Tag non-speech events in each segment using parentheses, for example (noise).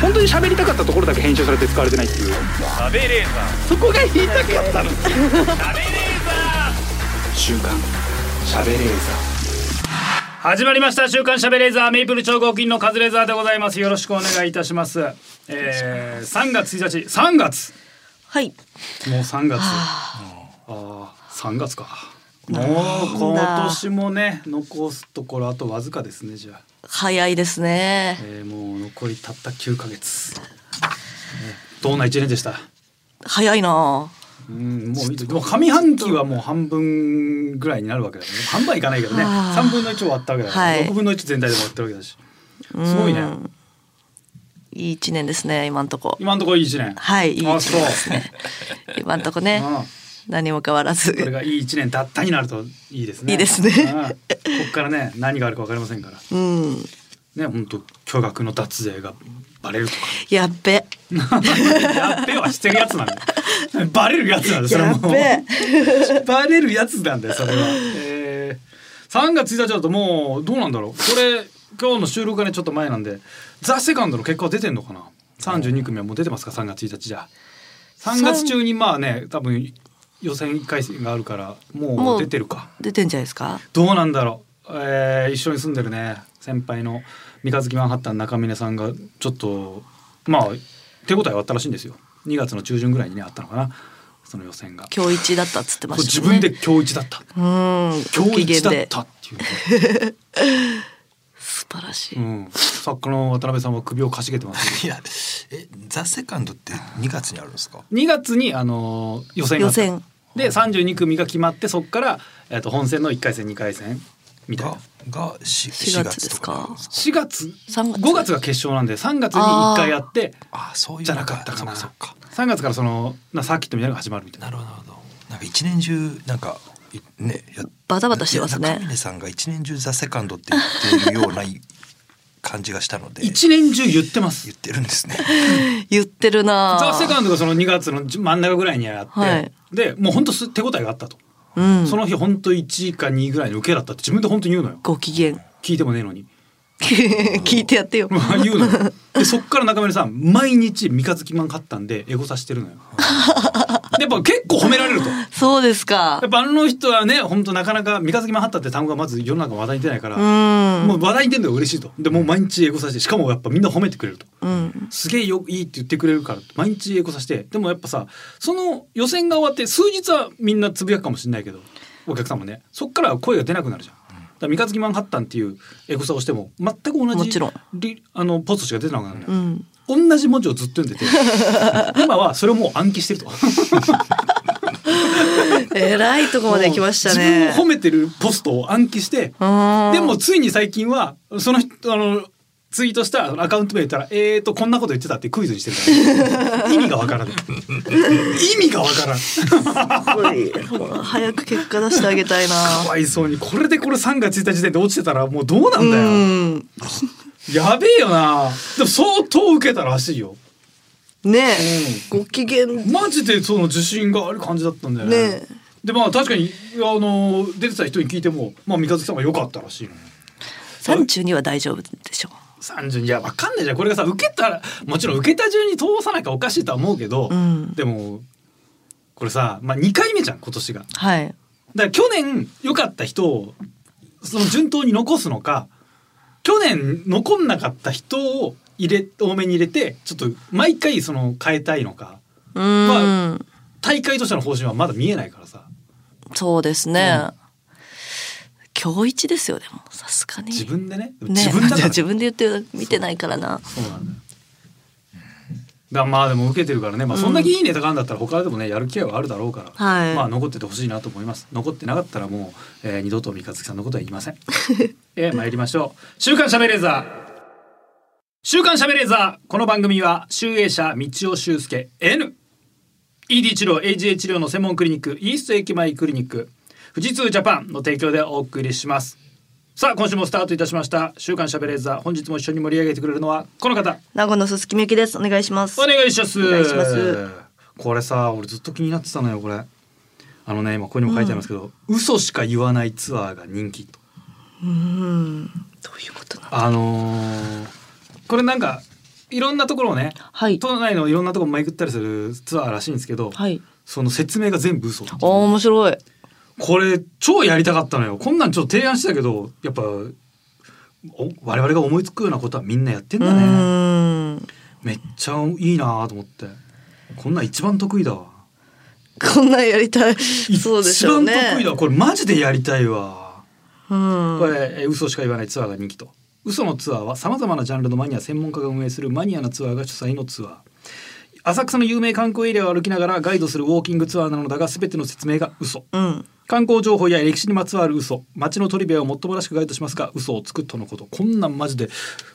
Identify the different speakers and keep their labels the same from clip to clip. Speaker 1: 本当に喋りたかったところだけ編集されて使われてないっていう
Speaker 2: 食べレーザ
Speaker 1: そこが言いたかった (laughs) の
Speaker 2: ー食べレーザ
Speaker 1: 週刊喋れー
Speaker 2: ー始まりました週刊しゃべレーザーメイプル超合金のカズレーザーでございますよろしくお願いいたします、えー、3月1日3月
Speaker 3: はい。
Speaker 2: もう3月ああ3月かもう今年もね残すところあとわずかですねじゃあ、
Speaker 3: 早いですね。
Speaker 2: えー、もう残りたった9ヶ月、ねどんな一年でした
Speaker 3: 早いなぁ。
Speaker 2: うんもうもう上半期はもう半分ぐらいになるわけだよね半分はいかないけどね
Speaker 3: はあ
Speaker 2: 3分の1終わったわけだから、
Speaker 3: はい
Speaker 2: 6分の1全体で終わってるわけだしすごいね
Speaker 3: うんいい一年ですね、今んとこ。
Speaker 2: 今んところいい1年
Speaker 3: はい、いい一
Speaker 2: あ
Speaker 3: 年
Speaker 2: そう
Speaker 3: ですね。今んとこね、
Speaker 2: うん
Speaker 3: 何も変わらず。
Speaker 2: これがいい1年だったになるといいですね
Speaker 3: いいですね
Speaker 2: うんここからね何があるか分かりませんから
Speaker 3: うん。
Speaker 2: ね本当巨額の脱税がバレるとか (laughs)
Speaker 3: やっべ。
Speaker 2: やっべえはしてるやつなんだよ。バレるやつなんだよ。それはもう
Speaker 3: やっ
Speaker 2: バレるやつなんだよ。それは。えー、3月1日だともうどうなんだろう。これ今日の収録がねちょっと前なんで、ザセカンドの結果は出てんのかな。32組はもう出てますか。3月1日じゃ。3月中にまあね多分予選1回戦があるからも
Speaker 3: も
Speaker 2: う
Speaker 3: う
Speaker 2: 出てるか。
Speaker 3: 出てんじゃないですか。
Speaker 2: どうなんだろう、えー一緒に住んでるね先輩の三日月マンハッタン中峰さんがちょっとまあ手応えはあったらしいんですよ2月の中旬ぐらいにねあったのかなその予選が、
Speaker 3: 今日一だったっつってま
Speaker 2: そう
Speaker 3: し
Speaker 2: 自
Speaker 3: たもんね。
Speaker 2: 分で。今日一だった
Speaker 3: うん。
Speaker 2: 今
Speaker 3: ご
Speaker 2: 日
Speaker 3: 機嫌
Speaker 2: 一だっ
Speaker 3: で。
Speaker 2: たっていう、
Speaker 3: 素晴らしい。
Speaker 2: うん、作家の渡辺さんは首をかしげてます
Speaker 4: いや、え、ザセカンドって2月にあるんですか。
Speaker 2: 2月に、あのー予選があった
Speaker 3: 予選
Speaker 2: で32組が決まってそこから、えっと本戦の1回戦2回戦みたいな
Speaker 4: が、が、し、
Speaker 3: 4月ですか
Speaker 4: 4月とな
Speaker 3: 三
Speaker 2: 4月
Speaker 4: ん
Speaker 3: 月
Speaker 2: 5月が決勝なんで3月に1回やって
Speaker 4: あ、そういう。
Speaker 2: じゃなかったかな。
Speaker 4: そっか。
Speaker 2: 3月からそのなサーキットみたいなのが始まるみたいな。
Speaker 4: なるほど、なるほど。なんか一年中、なんか、いね、や
Speaker 3: バタバタしてますね
Speaker 4: いや中峰さんが一年中ザセカンドって言っているような感じがしたので。
Speaker 2: 一年中言ってます
Speaker 4: 言っ。てるんですね。
Speaker 3: 言ってるなぁ。
Speaker 2: ザ・セカンドがその2月の真ん中ぐらいにやって、
Speaker 3: はい
Speaker 2: でもう本当す手応えがあったと、
Speaker 3: うん。
Speaker 2: その日本当1位か2位ぐらいの受けだったって自分で本当に言うのよ
Speaker 3: ご機嫌。
Speaker 2: 聞いてもねえのに
Speaker 3: 聞いてやってよ。
Speaker 2: 言うのよでそっから中村さん毎日三日月マン買ったんでエゴさしてるのよでやっぱ結構褒められるとや
Speaker 3: そうですか
Speaker 2: っ。ぱあの人はね本当なかなか三日月マンハッタンって単語がまず世の中話題に出ないから、
Speaker 3: うん。
Speaker 2: もう話題に出るのが嬉しいとでもう毎日エゴさしてしかもやっぱみんな褒めてくれると
Speaker 3: うん。
Speaker 2: すげえよいいって言ってくれるから毎日英語させてでもやっぱさその予選が終わって数日はみんなつぶやくかもしれないけどお客さんもねそっからは声が出なくなるじゃん。だから三日月マンハッタンっていうエゴサをしても全く同じ
Speaker 3: もちろん
Speaker 2: リあのポストしか出てなくなるの
Speaker 3: う
Speaker 2: よ、
Speaker 3: ん。
Speaker 2: 同じ文字をずっと読んで
Speaker 3: (laughs)
Speaker 2: て今はそれをもう暗記してると
Speaker 3: えらいとこまで来ましたね。
Speaker 2: 自分を褒めてるポストを暗記して
Speaker 3: うん
Speaker 2: でもついに最近はその人あのツイートしたアカウント名言ったら「えーとこんなこと言ってた」ってクイズにしてるから
Speaker 3: (laughs)
Speaker 2: 意味がわからない意味がわからん
Speaker 3: すごい早く結果出してあげたいな。
Speaker 2: かわいそうにこれでこれ3月1日時点で落ちてたらもうどうな
Speaker 3: うん
Speaker 2: だよ
Speaker 3: ん。
Speaker 2: やべえよなでも相当受けたらしいよ
Speaker 3: ねえ、ご機嫌。ね
Speaker 2: マジでその自信がある感じだったんだよね
Speaker 3: え。
Speaker 2: でまあ確かにあの出てた人に聞いても、まあ、三日月さんが良かったらしいのね
Speaker 3: 三中には大丈夫でしょ
Speaker 2: 30いやわかんないじゃんこれがさ受けたらもちろん受けた順に通さなきゃおかしいとは思うけど、
Speaker 3: うん
Speaker 2: でもこれさ、まあ、2回目じゃん今年がだか
Speaker 3: う。はい。
Speaker 2: ら去年良かった人をその順当に残すのか去年残んなかった人を入れ多めに入れてちょっと毎回その変えたいのか
Speaker 3: うん、
Speaker 2: ま大会としての方針はまだ見えないからさ
Speaker 3: そうですね。
Speaker 2: う
Speaker 3: 今日一ですよでもさすがに。
Speaker 2: 自分でね
Speaker 3: ね
Speaker 2: 自
Speaker 3: (laughs)
Speaker 2: 分だから、
Speaker 3: 自分で言って見てないからな。
Speaker 2: そうなんだよ。だまあでも受けてるからね、まあ、そんだけいいネタがあるんだったら他でもねやる機会はあるだろうから、
Speaker 3: はい
Speaker 2: まあ残っててほしいなと思います残ってなかったらもう、えー二度と三日月さんのことは言いません (laughs) えー、参りましょう「週刊しゃべれーザー」週刊しゃべれーザーこの番組は集英社道夫修介 N ED 治療 AGA 治療の専門クリニックイースト駅前クリニック富士通ジャパンの提供でお送りしますさあ今週もスタートいたしました「週刊しゃべれーザー」本日も一緒に盛り上げてくれるのはこの方
Speaker 3: 名護の鈴木みゆきです。お願いします。
Speaker 2: お願いします。
Speaker 3: お願いします
Speaker 2: これさ、俺ずっと気になってたのよ、これ。あのね、今ここにも書いてありますけど、嘘しか言わないツアーが人気と。
Speaker 3: うん。どういうことなの。
Speaker 2: あのーこれれなんかいろんなところをね、
Speaker 5: はい。
Speaker 2: 都内のいろんなところ巡ったりするツアーらしいんですけど、
Speaker 5: はい。
Speaker 2: その説明が全部嘘っていう
Speaker 5: あー面白い。
Speaker 2: これ超やりたかったのよこんなんちょっと提案してたけどやっぱお我々が思いつくようなことはみんなやってん
Speaker 5: う
Speaker 2: だね
Speaker 5: ーん。
Speaker 2: めっちゃいいなと思ってこんなん一番得意だわ
Speaker 5: こんなんやりたい。そうでしょうね。
Speaker 2: 一番得意だわこれマジでやりたいわ、
Speaker 5: うん。
Speaker 2: これえ嘘しか言わないツアーが人気と嘘のツアーはさまざまなジャンルのマニア専門家が運営するマニアなツアーが主催のツアー浅草の有名観光エリアを歩きながらガイドするウォーキングツアーなのだが全ての説明が嘘
Speaker 5: うん。
Speaker 2: 観光情報や歴史にまつわる嘘街のトリビアをもっともらしくガイドしますが嘘をつくとのことこんなんマジで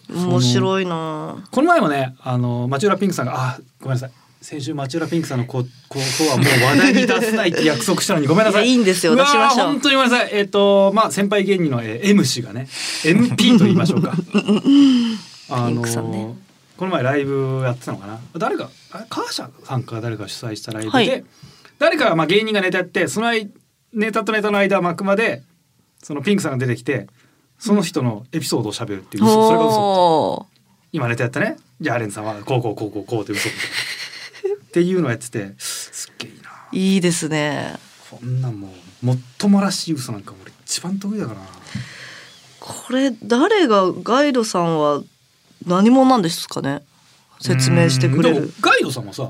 Speaker 5: 面
Speaker 2: い
Speaker 5: 白いな
Speaker 2: この前もねあの町浦ピンクさんがあごめんなさい先週町浦ピンクさんのこことはもう話題に出せないって約束したのにごめんなさい
Speaker 5: いやいいんですよ
Speaker 2: うわー
Speaker 5: 出しましょう
Speaker 2: 本当にごめんなさいえっ、とまあ先輩芸人の、えー M 氏がね MP と言いましょう
Speaker 5: (laughs)
Speaker 2: かあ
Speaker 5: ピン
Speaker 2: の
Speaker 5: クさんね
Speaker 2: この前ライブやってたのかな誰かあれカーシャさんか誰か主催したライブで、
Speaker 5: はい
Speaker 2: 誰かがまあ芸人がネタやってその間ネタとネタの間幕までそのピンクさんが出てきてその人のエピソードを喋るっていう、嘘それが嘘
Speaker 5: お
Speaker 2: 今ネタやったねじゃあアレンさんはこうこうこうこうこうって
Speaker 5: (laughs)
Speaker 2: 嘘みたいなっていうのをやっててすっげえいいな
Speaker 5: ーいいですね
Speaker 2: こんなんもうもっともらしい嘘なんか俺一番得意だからな
Speaker 5: これ誰がガイドさんは何者なんですかね説明してくれ
Speaker 2: うんでも
Speaker 5: る
Speaker 2: ガイドさんはさ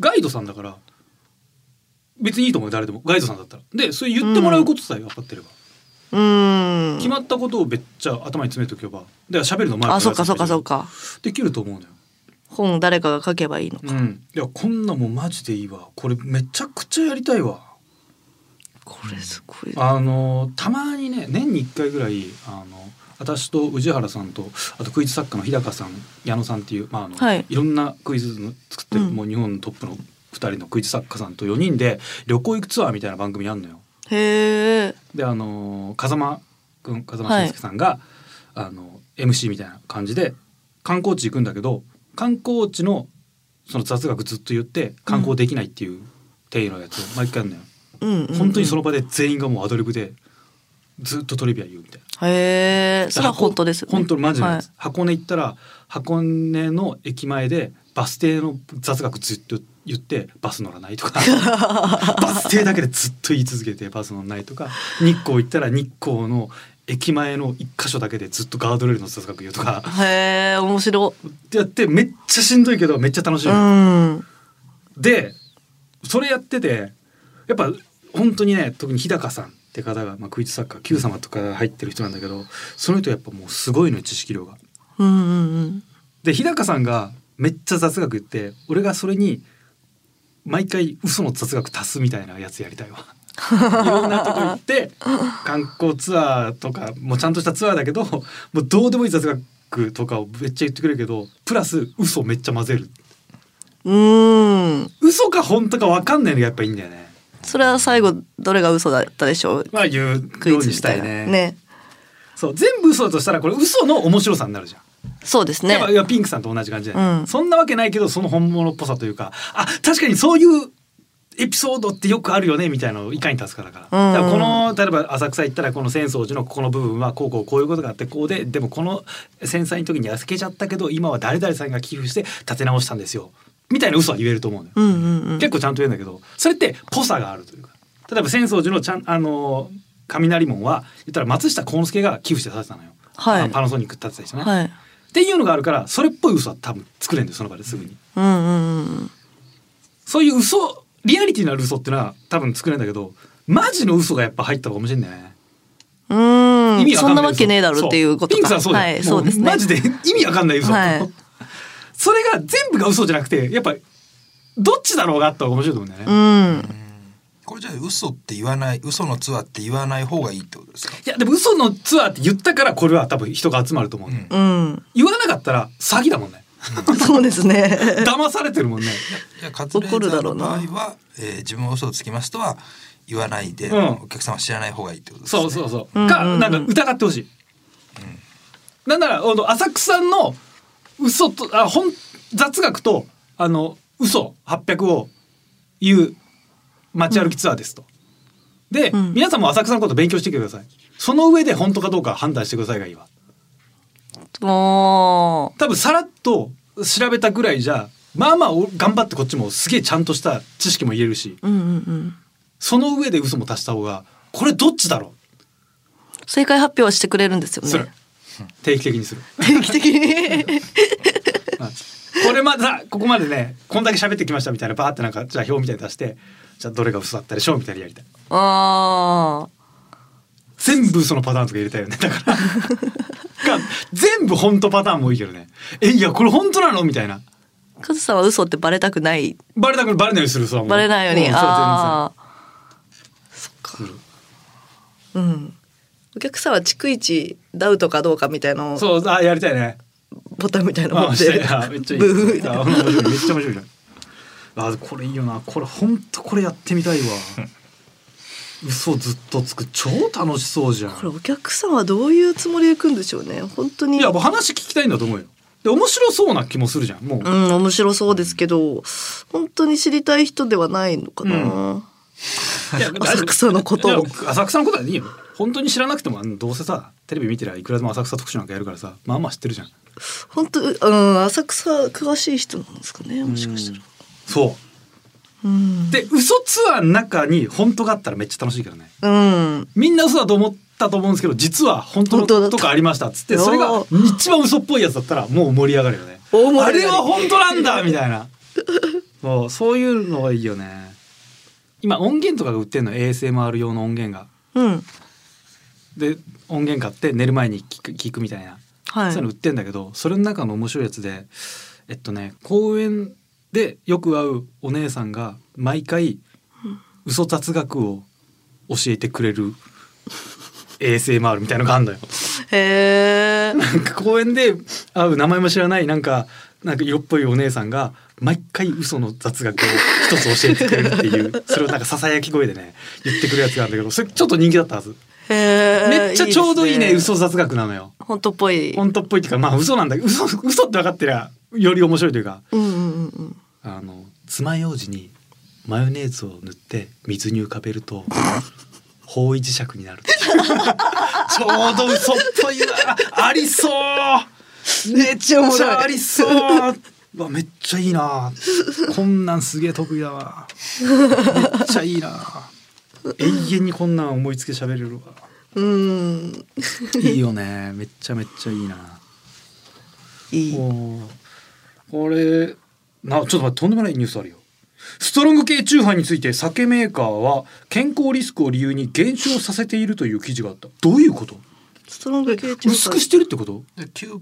Speaker 2: ガイドさんだから別にいいと思うよ誰でもガイドさんだったらでそれ言ってもらうことさえ分かってれば、
Speaker 5: うーん
Speaker 2: 決まったことをべっちゃ頭に詰めとけばで喋るの前ら
Speaker 5: あそっかそっかそっ
Speaker 2: か
Speaker 5: か
Speaker 2: できると思うのよ
Speaker 5: 本誰かが書けばいいのか、
Speaker 2: うんいやこんなもんマジでいいわこれめちゃくちゃやりたいわ
Speaker 5: これすごい
Speaker 2: あのたまにね年に1回ぐらいあの私と宇治原さんとあとクイズ作家の日高さん矢野さんっていう、まああの
Speaker 5: はい
Speaker 2: い、ろんなクイズの作ってる、
Speaker 5: うん
Speaker 2: もう日本トップの2人のクイズ作家さんと4人で旅行行くツアーみたいな番組やんのよ。
Speaker 5: へえ
Speaker 2: であの風間君風間俊介さんが、あの MC みたいな感じで観光地行くんだけど観光地のその雑学ずっと言って観光できないっていう定義のやつを毎回やんのよ。
Speaker 5: うん、うん、
Speaker 2: 本当にその
Speaker 5: の
Speaker 2: 場で全員がもうアドリブでずっとトリビア言うみたいな。
Speaker 5: へえそれは本当ですよ、ね、
Speaker 2: 本当にマジなん
Speaker 5: は
Speaker 2: で
Speaker 5: い
Speaker 2: す、箱根行ったら箱根の駅前でバス停の雑学ずっと言ってバス乗らないと
Speaker 5: (laughs)
Speaker 2: かバス停だけでずっと言い続けてバス乗らないとか日光行ったら日光の駅前の一箇所だけでずっとガードレールの雑学言うとか
Speaker 5: へえ面白
Speaker 2: ってやってめっちゃしんどいけどめっちゃ楽しい
Speaker 5: い、う
Speaker 2: の、
Speaker 5: ん
Speaker 2: でそれやっててやっぱ本当にね特に日高さんって方が、まあ、クイズ作家 Q 様とか入ってる人なんだけどその人やっぱもうすごいのよ知識量が。
Speaker 5: うんうん
Speaker 2: で日高さんがめっちゃ雑学言って俺がそれに毎回嘘の雑学足すみたいなやつやりたいわ。いろんなとこ行って観光ツアーとかもうちゃんとしたツアーだけどもうどうでもいい雑学とかをめっちゃ言ってくれるけどプラス嘘めっちゃ混ぜる
Speaker 5: うんうん
Speaker 2: 嘘か本当か分かんないのがやっぱいいんだよね。
Speaker 5: それは最後どれが嘘だったでしょう
Speaker 2: まあ言うよ
Speaker 5: クイ
Speaker 2: う
Speaker 5: ズ
Speaker 2: に
Speaker 5: み
Speaker 2: したた
Speaker 5: い
Speaker 2: い
Speaker 5: な
Speaker 2: ね。
Speaker 5: ね
Speaker 2: そう全部嘘だとしたらこれ嘘の面白さになるじゃん。
Speaker 5: そうですね
Speaker 2: やっぱいやピンクさんと同じ感じだよね、
Speaker 5: うん
Speaker 2: そんなわけないけどその本物っぽさというかあ確かにそういうエピソードってよくあるよねみたいなのをいかに足すかだから,、
Speaker 5: うん
Speaker 2: だからこの例えば浅草行ったらこの浅草寺のここの部分はこうこうこういうことがあってこうででもこの繊細の時に痩せけちゃったけど今は誰々さんが寄付して立て直したんですよみたいな嘘は言えると思うのよ。
Speaker 5: うんうんうん
Speaker 2: 結構ちゃんと言うんだけどそれってポサがあるというか例えば浅草寺のちゃんあのー雷門は言ったら松下幸之助が寄付して建てたのよ、
Speaker 5: はい
Speaker 2: あのパナソニック建てたりしてね、
Speaker 5: はい
Speaker 2: っていうのがあるからそれっぽい嘘は多分作れるんだよその場ですぐに、
Speaker 5: うんうんうん
Speaker 2: そういう嘘リアリティのある嘘ってのは多分作れるんだけどマジの嘘がやっぱ入った方が面白いんだよね
Speaker 5: うーん
Speaker 2: 意味わ
Speaker 5: そ
Speaker 2: か
Speaker 5: ん
Speaker 2: んな
Speaker 5: ないわけねえだろっていうこと
Speaker 2: そピンクさ
Speaker 5: か
Speaker 2: んそうだよ、
Speaker 5: はい、
Speaker 2: も
Speaker 5: そうですね
Speaker 2: マジで意味わかんない嘘、
Speaker 5: はい
Speaker 2: それが全部が嘘じゃなくてやっぱどっちだろうがあった方が面白いと思うんだよね、
Speaker 5: う
Speaker 2: い
Speaker 5: ん
Speaker 4: これじゃあ嘘って言わない嘘のツアーって言わない方がいいってことですか
Speaker 2: やでも嘘のツアーって言ったからこれは多分人が集まると思う、
Speaker 4: うん
Speaker 5: うん (laughs)
Speaker 2: 言わなかったら詐欺だもんね
Speaker 5: そうですね
Speaker 2: 騙されてるもんね
Speaker 4: じゃあカズレ
Speaker 5: 怒る
Speaker 4: ーザ
Speaker 5: だ
Speaker 4: ー
Speaker 5: ろう
Speaker 4: の
Speaker 5: な
Speaker 4: 場合は、えー自分は嘘をつきますとは言わないで、
Speaker 2: うん
Speaker 4: お客さんは知らない方がいいってことですね
Speaker 2: そうそうそう。
Speaker 5: うんうん
Speaker 2: か、
Speaker 5: うん
Speaker 2: なんか疑ってほしい。なんなら、あの浅草の嘘と、あ、本、雑学と、あの、嘘800を言う街歩きツアーですと。で、
Speaker 5: ん
Speaker 2: 皆さんも浅草のこと勉強してきてください。その上で本当かどうか判断してくださいがいいわ。
Speaker 5: も
Speaker 2: 多分さらっと調べたぐらいじゃまあまあお頑張ってこっちもすげえちゃんとした知識も入れるし
Speaker 5: う。うんうんうん。
Speaker 2: その上で嘘も足した方がこれどっちだろ
Speaker 5: 正解発表はしてくれるんですよ
Speaker 2: うする、
Speaker 5: ね。
Speaker 2: 定期的
Speaker 5: (laughs)
Speaker 2: にする、
Speaker 5: 定期的に。
Speaker 2: はいこれまだここまでねこんだけ喋ってきましたみたいなバーってなんかじゃあ表みたいに出してじゃあどれが嘘だったでしょうみたいなやりたい
Speaker 5: ああ。
Speaker 2: 全部そのパターンとか入れたいよねだから
Speaker 5: (laughs)
Speaker 2: が全部本当パターンもいいけどねえいやこれ本当なのみたいな
Speaker 5: カズさんは嘘ってバレたくない。
Speaker 2: バレたくバレないようにするそう
Speaker 5: バレないように。ああ。うん。お客さんは逐一ダウトかどうかみたいなのを
Speaker 2: そうあやりたいね
Speaker 5: ボタンみたいなの持
Speaker 2: あ
Speaker 5: っ
Speaker 2: しててあめっちゃいい。
Speaker 5: ブー (laughs)
Speaker 2: あ面白いめっちゃ面白いじゃん。あこれいいよな。これ本当これやってみたいわ。嘘ずっとつく超楽しそうじゃ
Speaker 5: これ
Speaker 2: ん。
Speaker 5: お客さんはどういうつもりで行くんでしょうね本当に
Speaker 2: いやもう話聞きたいんだと思うよ。で面白そうな気もするじゃん。もう、
Speaker 5: うん面白そうですけど本当に知りたい人ではないのかな、
Speaker 2: いや
Speaker 5: 浅草のことを
Speaker 2: いや浅草のことはいいよ。本当に知らなくてもあのどうせさテレビ見てりゃいくらでも浅草特集なんかやるからさまあまあ知ってるじゃん。
Speaker 5: 本当うん浅草詳しい人なんですかねもしかしたら
Speaker 2: そう。
Speaker 5: うん
Speaker 2: で嘘ツアーの中に本当があったらめっちゃ楽しいけどね。
Speaker 5: うん
Speaker 2: みんな嘘だと思ったと思うんですけど実は本当
Speaker 5: 本当だ
Speaker 2: の
Speaker 5: った
Speaker 2: とかありましたっつってそれが一番嘘っぽいやつだったらもう盛り上がるよね
Speaker 5: 大盛り上が
Speaker 2: あ
Speaker 5: り
Speaker 2: れは本当なんだみたいな (laughs) そうそういうのがいいよね今音源とかが売ってんの ASMR 用の音源が
Speaker 5: うん
Speaker 2: で音源買って寝る前に聞く聞くみたいな、
Speaker 5: は
Speaker 2: そういうの売
Speaker 5: い
Speaker 2: ってんだけどそれの中の面白いやつでえっとね公園でよく会うお姉さんが毎回嘘雑学を教えてくれる ASMR みたいのがあんのよ。
Speaker 5: へえ
Speaker 2: なんか公園で会う名前も知らないなんかなんか色っぽいお姉さんが毎回嘘の雑学を一つ教えてくれるっていうそれをなんかささやき声でね言ってくるやつがあるんだけどそれちょっと人気だったはず
Speaker 5: へえ
Speaker 2: めっちゃちょうどいいね
Speaker 5: です
Speaker 2: 嘘雑学なのよ
Speaker 5: 本当っぽい
Speaker 2: 本当っぽいっていうかまあ嘘なんだけど嘘嘘って分かってりゃより面白いというか
Speaker 5: うんうんうんうん
Speaker 2: あの爪楊枝にマヨネーズを塗って水に浮かべると方位磁石になる
Speaker 5: (laughs)
Speaker 2: ちょうど嘘っぽいなありそう
Speaker 5: めっちゃお
Speaker 2: めっ
Speaker 5: も
Speaker 2: ち
Speaker 5: ろい
Speaker 2: ゃありそううわめっちゃいいなこんなんすげえ得意だわめっちゃいいな永遠にこんなん思いつき喋れ
Speaker 5: (laughs)
Speaker 2: るわ
Speaker 5: うん
Speaker 2: いいよねめっちゃめっちゃいいない
Speaker 5: い
Speaker 2: おーこれなちょっと待ってとんでもないニュースあるよストロング系チューハイについて酒メーカーは健康リスクを理由に減少させているという記事があったどういうこと
Speaker 5: ストロング系中
Speaker 2: 薄くしてるってこと
Speaker 4: で9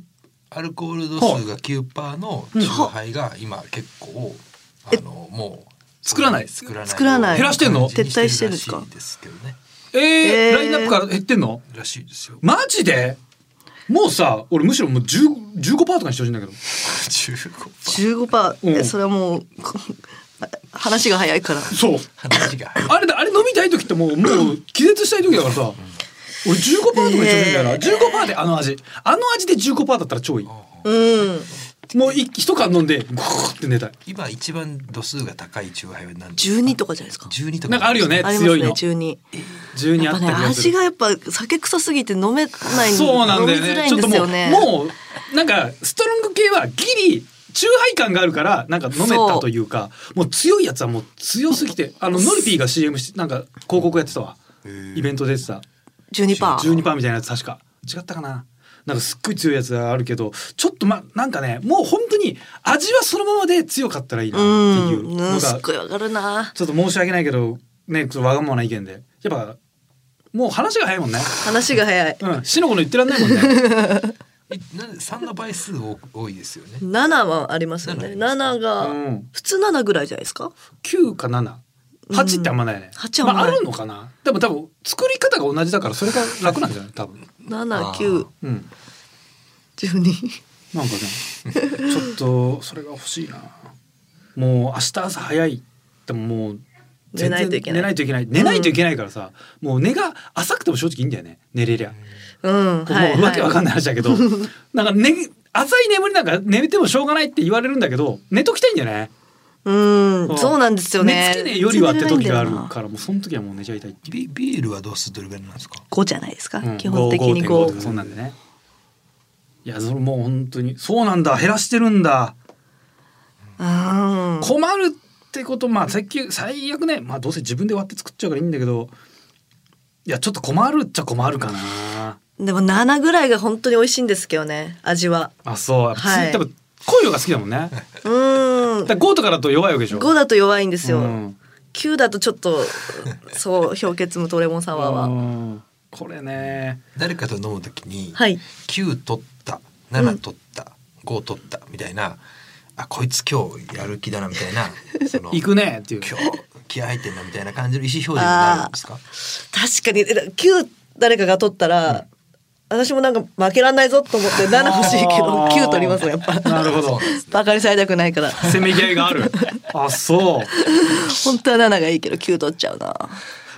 Speaker 4: アルコール度数が9%のチューハイが今結構あのもう
Speaker 2: 作らない
Speaker 4: 作らない
Speaker 5: 作らない
Speaker 2: 減らしてんの
Speaker 4: 感じにるら
Speaker 5: 撤退してるん
Speaker 4: しいですけどね
Speaker 2: えー
Speaker 5: えー
Speaker 2: ラインナップから減ってんの
Speaker 4: らしいですよ (laughs)
Speaker 2: マジでもうさ俺むしろもう10 15%パーとかにしてほしいんだけど
Speaker 4: 15
Speaker 5: 十五パ
Speaker 2: う
Speaker 5: ー
Speaker 2: ん
Speaker 5: それはもう話が早いから
Speaker 2: そう
Speaker 4: 話が入る
Speaker 2: あれだあれ飲みたい時ってもうもう気絶したい時だからさ俺15%とかにしてほしいんだよな、
Speaker 5: えー
Speaker 2: 15%であの味あの味で15%だったら超いい
Speaker 5: うん
Speaker 2: もう一一缶飲んでグーって寝たい
Speaker 4: 今一番度数が高いチューハイは何
Speaker 5: 十二とかじゃないですか
Speaker 4: 12とか
Speaker 2: なんかあるよね
Speaker 5: ありま
Speaker 2: 強
Speaker 5: す
Speaker 2: い
Speaker 5: ね
Speaker 2: の
Speaker 5: 中二
Speaker 2: 十二
Speaker 5: や
Speaker 2: あ
Speaker 5: っ
Speaker 2: っ
Speaker 5: ぱ
Speaker 2: た
Speaker 5: ね
Speaker 2: り
Speaker 5: 味がやっぱ酒臭すぎて飲めない
Speaker 2: そうなんだよ
Speaker 5: 飲みづら
Speaker 2: ね
Speaker 5: い
Speaker 2: ち
Speaker 5: ん
Speaker 2: ょっ
Speaker 5: で
Speaker 2: と
Speaker 5: す
Speaker 2: も
Speaker 5: よ
Speaker 2: う
Speaker 5: ね
Speaker 2: もうなんかストロング系はギリチューハイ感があるからなんか飲めたというかもう強いやつはもう強すぎてあのノリピーが CM しなんか広告やってたわイベント出てた
Speaker 5: 十二パー
Speaker 2: 12パーみたいなやつ確か違ったかななんかすっごい強いやつがあるけどちょっとまなんかねもう本当に味はそのままで強かったらいいなっ
Speaker 5: う
Speaker 2: て
Speaker 5: ん
Speaker 2: いうの
Speaker 5: うんす
Speaker 2: が
Speaker 5: っごいわかるな
Speaker 2: ちょっと申し訳ないけどねちょっとわがままな意見でやっぱもう話が早いもんね
Speaker 5: 話が早い
Speaker 2: うんしのこの言ってらんないもんね
Speaker 4: えなんで3の倍数多多いですよね
Speaker 5: 七はありますよね七が
Speaker 2: うん
Speaker 5: 普通七ぐらいじゃないですか
Speaker 2: 9か78ってあんまないね、
Speaker 5: 8あんまない
Speaker 2: あ、あるのかなでも多分作り方が同じだからそれが楽なんじゃない多分
Speaker 5: 七
Speaker 4: あー
Speaker 5: 九
Speaker 2: うん
Speaker 5: 十二
Speaker 2: なんかねちょっとそれが欲しいなもう明日朝早いでももう
Speaker 5: 寝ないといけない
Speaker 2: 寝ないといけない寝ないといけないからさ、もう寝が浅くても正直いいんだよね寝れりゃ、
Speaker 5: うん
Speaker 2: こうも
Speaker 5: はいう
Speaker 2: わけわかん
Speaker 5: は
Speaker 2: ない話だけど、なんか寝浅い眠りなんか寝てもしょうがないって言われるんだけど寝ときたいんだよね
Speaker 5: うんそうなんですよね
Speaker 2: 寝つけねえよりはって時がある
Speaker 5: 全然寝れないんだよな
Speaker 2: からもうその時はもう寝ちゃいたいっていう
Speaker 4: ビビールは度数どれぐらいなんですか
Speaker 5: 五じゃないですか
Speaker 2: うん
Speaker 5: 基本的に
Speaker 2: 5.5と
Speaker 5: 五
Speaker 2: かそんなんでねいやそれもう本当にそうなんだ減らしてるんだ
Speaker 5: うん
Speaker 2: 困るってことまあ最悪最悪ねまあどうせ自分で割って作っちゃうからいいんだけどいやちょっと困るっちゃ困るかな
Speaker 5: でも7ぐらいが本当に美味しいんですけどね味は
Speaker 2: あそうやっぱ、
Speaker 5: はい
Speaker 2: 多分濃いのが好きだもんね
Speaker 5: うーん
Speaker 2: だ5とかだと弱いわけでしょ
Speaker 5: 5だと弱いんですよ、
Speaker 2: うん
Speaker 5: 9だとちょっと (laughs) そう氷結無とレモンサワーは
Speaker 2: うんこれね
Speaker 4: 誰かと飲むときに、
Speaker 5: はい
Speaker 4: 9取った7取った、5取ったみたいなあこいつ今日やる気だなみたいなその
Speaker 2: 行くねっていう
Speaker 4: 今日気合入ってんなみたいな感じの意思表示になるんですか
Speaker 5: 確かにえだ9誰かが取ったら、私もなんか負けらんないぞと思って7欲しいけど
Speaker 2: あー
Speaker 5: 9取りますやっぱ
Speaker 2: なるほど
Speaker 5: バカにされたくないから
Speaker 2: (laughs) せめぎ合いがあるあそう
Speaker 5: 本当は7がいいけど9取っちゃうな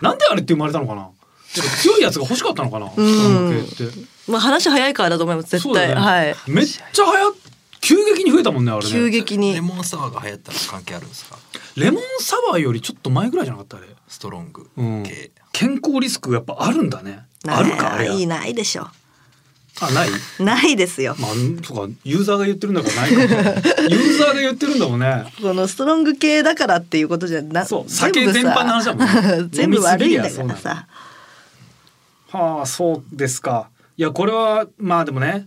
Speaker 2: なんであれって生まれたのかなやっぱ強いやつが欲しかったのかな
Speaker 5: ん
Speaker 2: ガム系って
Speaker 5: まあ話早いからだと思います
Speaker 2: そ
Speaker 5: 絶
Speaker 2: うだ
Speaker 5: 対、
Speaker 2: よね
Speaker 5: はい
Speaker 2: めっちゃ早っ急激に増えたもんねあれね
Speaker 5: 急激に
Speaker 4: レモンサワーが流行ったの関係あるんですか
Speaker 2: レモンサワーよりちょっと前ぐらいじゃなかったあれ、
Speaker 4: ストロング
Speaker 2: うん
Speaker 4: 系、
Speaker 2: 健康リスクやっぱあるんだねあるかあれ
Speaker 5: いい
Speaker 2: は
Speaker 5: ないでしょ
Speaker 2: あない
Speaker 5: ないですよ
Speaker 2: まあそうかユーザーが言ってるんだから
Speaker 5: (laughs)
Speaker 2: ないかもユーザーが言ってるんだもんね
Speaker 5: このストロング系だからっていうことじゃな
Speaker 2: そう
Speaker 5: 全
Speaker 2: 酒
Speaker 5: 部さ
Speaker 2: 全般の話だもんね
Speaker 5: (laughs) 全部悪いん
Speaker 2: 飲み
Speaker 5: だから
Speaker 2: すぎりゃそうな
Speaker 5: さ
Speaker 2: はあそうですかいやこれはまあでもね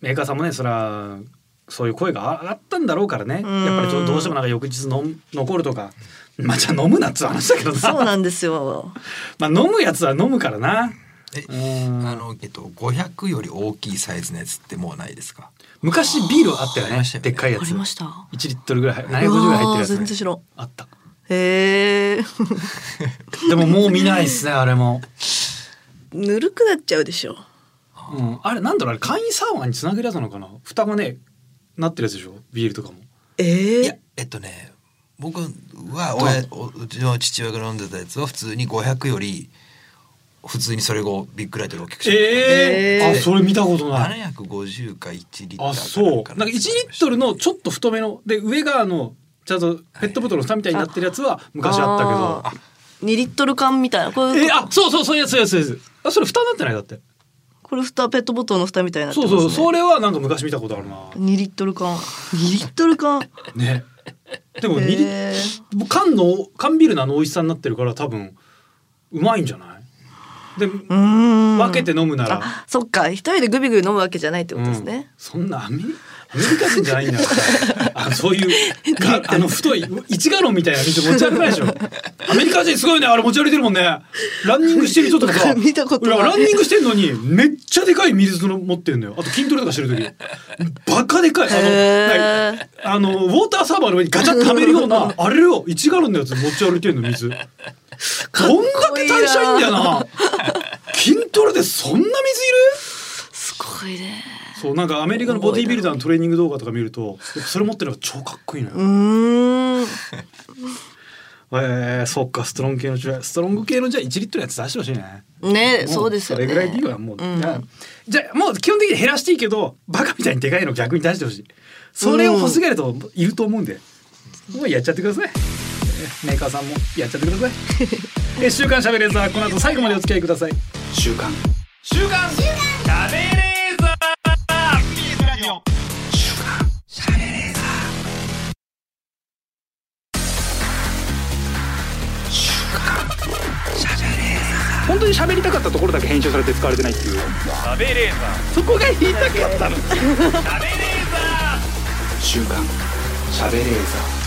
Speaker 2: メーカーさんもねそらそういう声が上がったんだろうからねやっ
Speaker 5: ん
Speaker 2: ぱりちょっとどうしてもなんか翌日の残るとかまあじゃあ飲むなっつう話だけどな
Speaker 5: そうなんですよ
Speaker 2: まあ飲むやつは飲むからな
Speaker 4: え
Speaker 2: うん
Speaker 4: あのえっと500より大きいサイズのやつってもうないですか
Speaker 2: 昔ビールあったよ
Speaker 4: あり
Speaker 2: ね
Speaker 4: ましたよね
Speaker 2: でっかいや
Speaker 5: あ
Speaker 2: つ
Speaker 5: りまし
Speaker 2: 1
Speaker 5: た
Speaker 2: リットルぐらい750ぐらい入ってるや
Speaker 5: うわー
Speaker 2: つ、
Speaker 5: 全
Speaker 2: ね
Speaker 5: 然、知らん
Speaker 2: あった
Speaker 5: へえ
Speaker 2: でももう見ないっすねあれも、
Speaker 5: (laughs) ぬるくなっちゃうでしょ
Speaker 2: うん、あれなんだろうあれ簡易サワーにつなげるやつなのかな蓋がねなってるやつでしょビールとかも
Speaker 5: え
Speaker 4: い
Speaker 5: え
Speaker 4: やえっとね僕は親おうちの父親が飲んでたやつは普通に500より普通にそれをビッグライトで大きくして
Speaker 2: え
Speaker 5: えー
Speaker 2: あそれ見たことない
Speaker 4: 750か1リッターか
Speaker 2: あそうなんか1リットルのちょっと太めので上があのちゃんとペットボトルの蓋みたいになってるやつは昔あったけど
Speaker 5: あー2リットル缶みたいなこれ、
Speaker 2: えあそうそうそういうやつそういうやつそういうやつあそれ蓋になってないだって
Speaker 5: これ蓋ペットボトルの蓋みたいになって
Speaker 2: そ
Speaker 5: ま
Speaker 2: う
Speaker 5: す、ね、
Speaker 2: そうそれはなんか昔見たことあるな
Speaker 5: 2リットル缶2リット
Speaker 2: (laughs)
Speaker 5: ル缶
Speaker 2: ねでも2リッ
Speaker 5: へえ
Speaker 2: もう缶の缶ビールのあの美味しさになってるから多分うまいんじゃないで
Speaker 5: うーん
Speaker 2: 分けて飲むなら、
Speaker 5: あそっか一人でグビグビ飲むわけじゃないってことです
Speaker 2: うん
Speaker 5: ね、
Speaker 2: そんなアメリアメリカ人じゃないんだから
Speaker 5: (laughs)
Speaker 2: あそういうがあの太い1ガロンみたいな水持ち歩かないでしょアメリカ人すごいねあれ持ち歩いてるもんねランニングしてる人とかさ
Speaker 5: (laughs) 見たことない
Speaker 2: ランニングしてんのにめっちゃでかい水の持ってるのよあと筋トレとかしてる時バカでかいあ
Speaker 5: へ
Speaker 2: のなんかあのウォーターサーバーの上にガチャッとはめるようなあれよ1ガロンのやつ持ち歩いてるの水こんだけ代謝いいんだよな筋トレでそんな水いる
Speaker 5: すごいね
Speaker 2: そうなんかアメリカのボディービルダーのトレーニング動画とか見るとやっぱそれ持ってるのが超かっこいいの
Speaker 5: う
Speaker 2: よ。
Speaker 5: ーん
Speaker 2: えー、そっかストロング系のじゃストロング系のじゃあ1リットルのやつ出してほしいね。
Speaker 5: ね
Speaker 2: も
Speaker 5: そうですよね
Speaker 2: それぐらいでいいわもう、
Speaker 5: ん
Speaker 2: じゃあじゃあもう基本的に減らしていいけどバカみたいにでかいの逆に出してほしい。それを欲しがるといると思うんで、もうやっちゃってください。えーメーカーさんもやっちゃってく
Speaker 5: (laughs)
Speaker 2: ださい。えー週刊しゃべれーザーこの後最後までお付き合いください。
Speaker 1: 週刊
Speaker 2: 週刊しゃべれーザー。
Speaker 1: 本当に喋りたかったところだけ編集されて使われてないっていう
Speaker 2: そこが言いたかったの。
Speaker 1: 週刊喋れーザ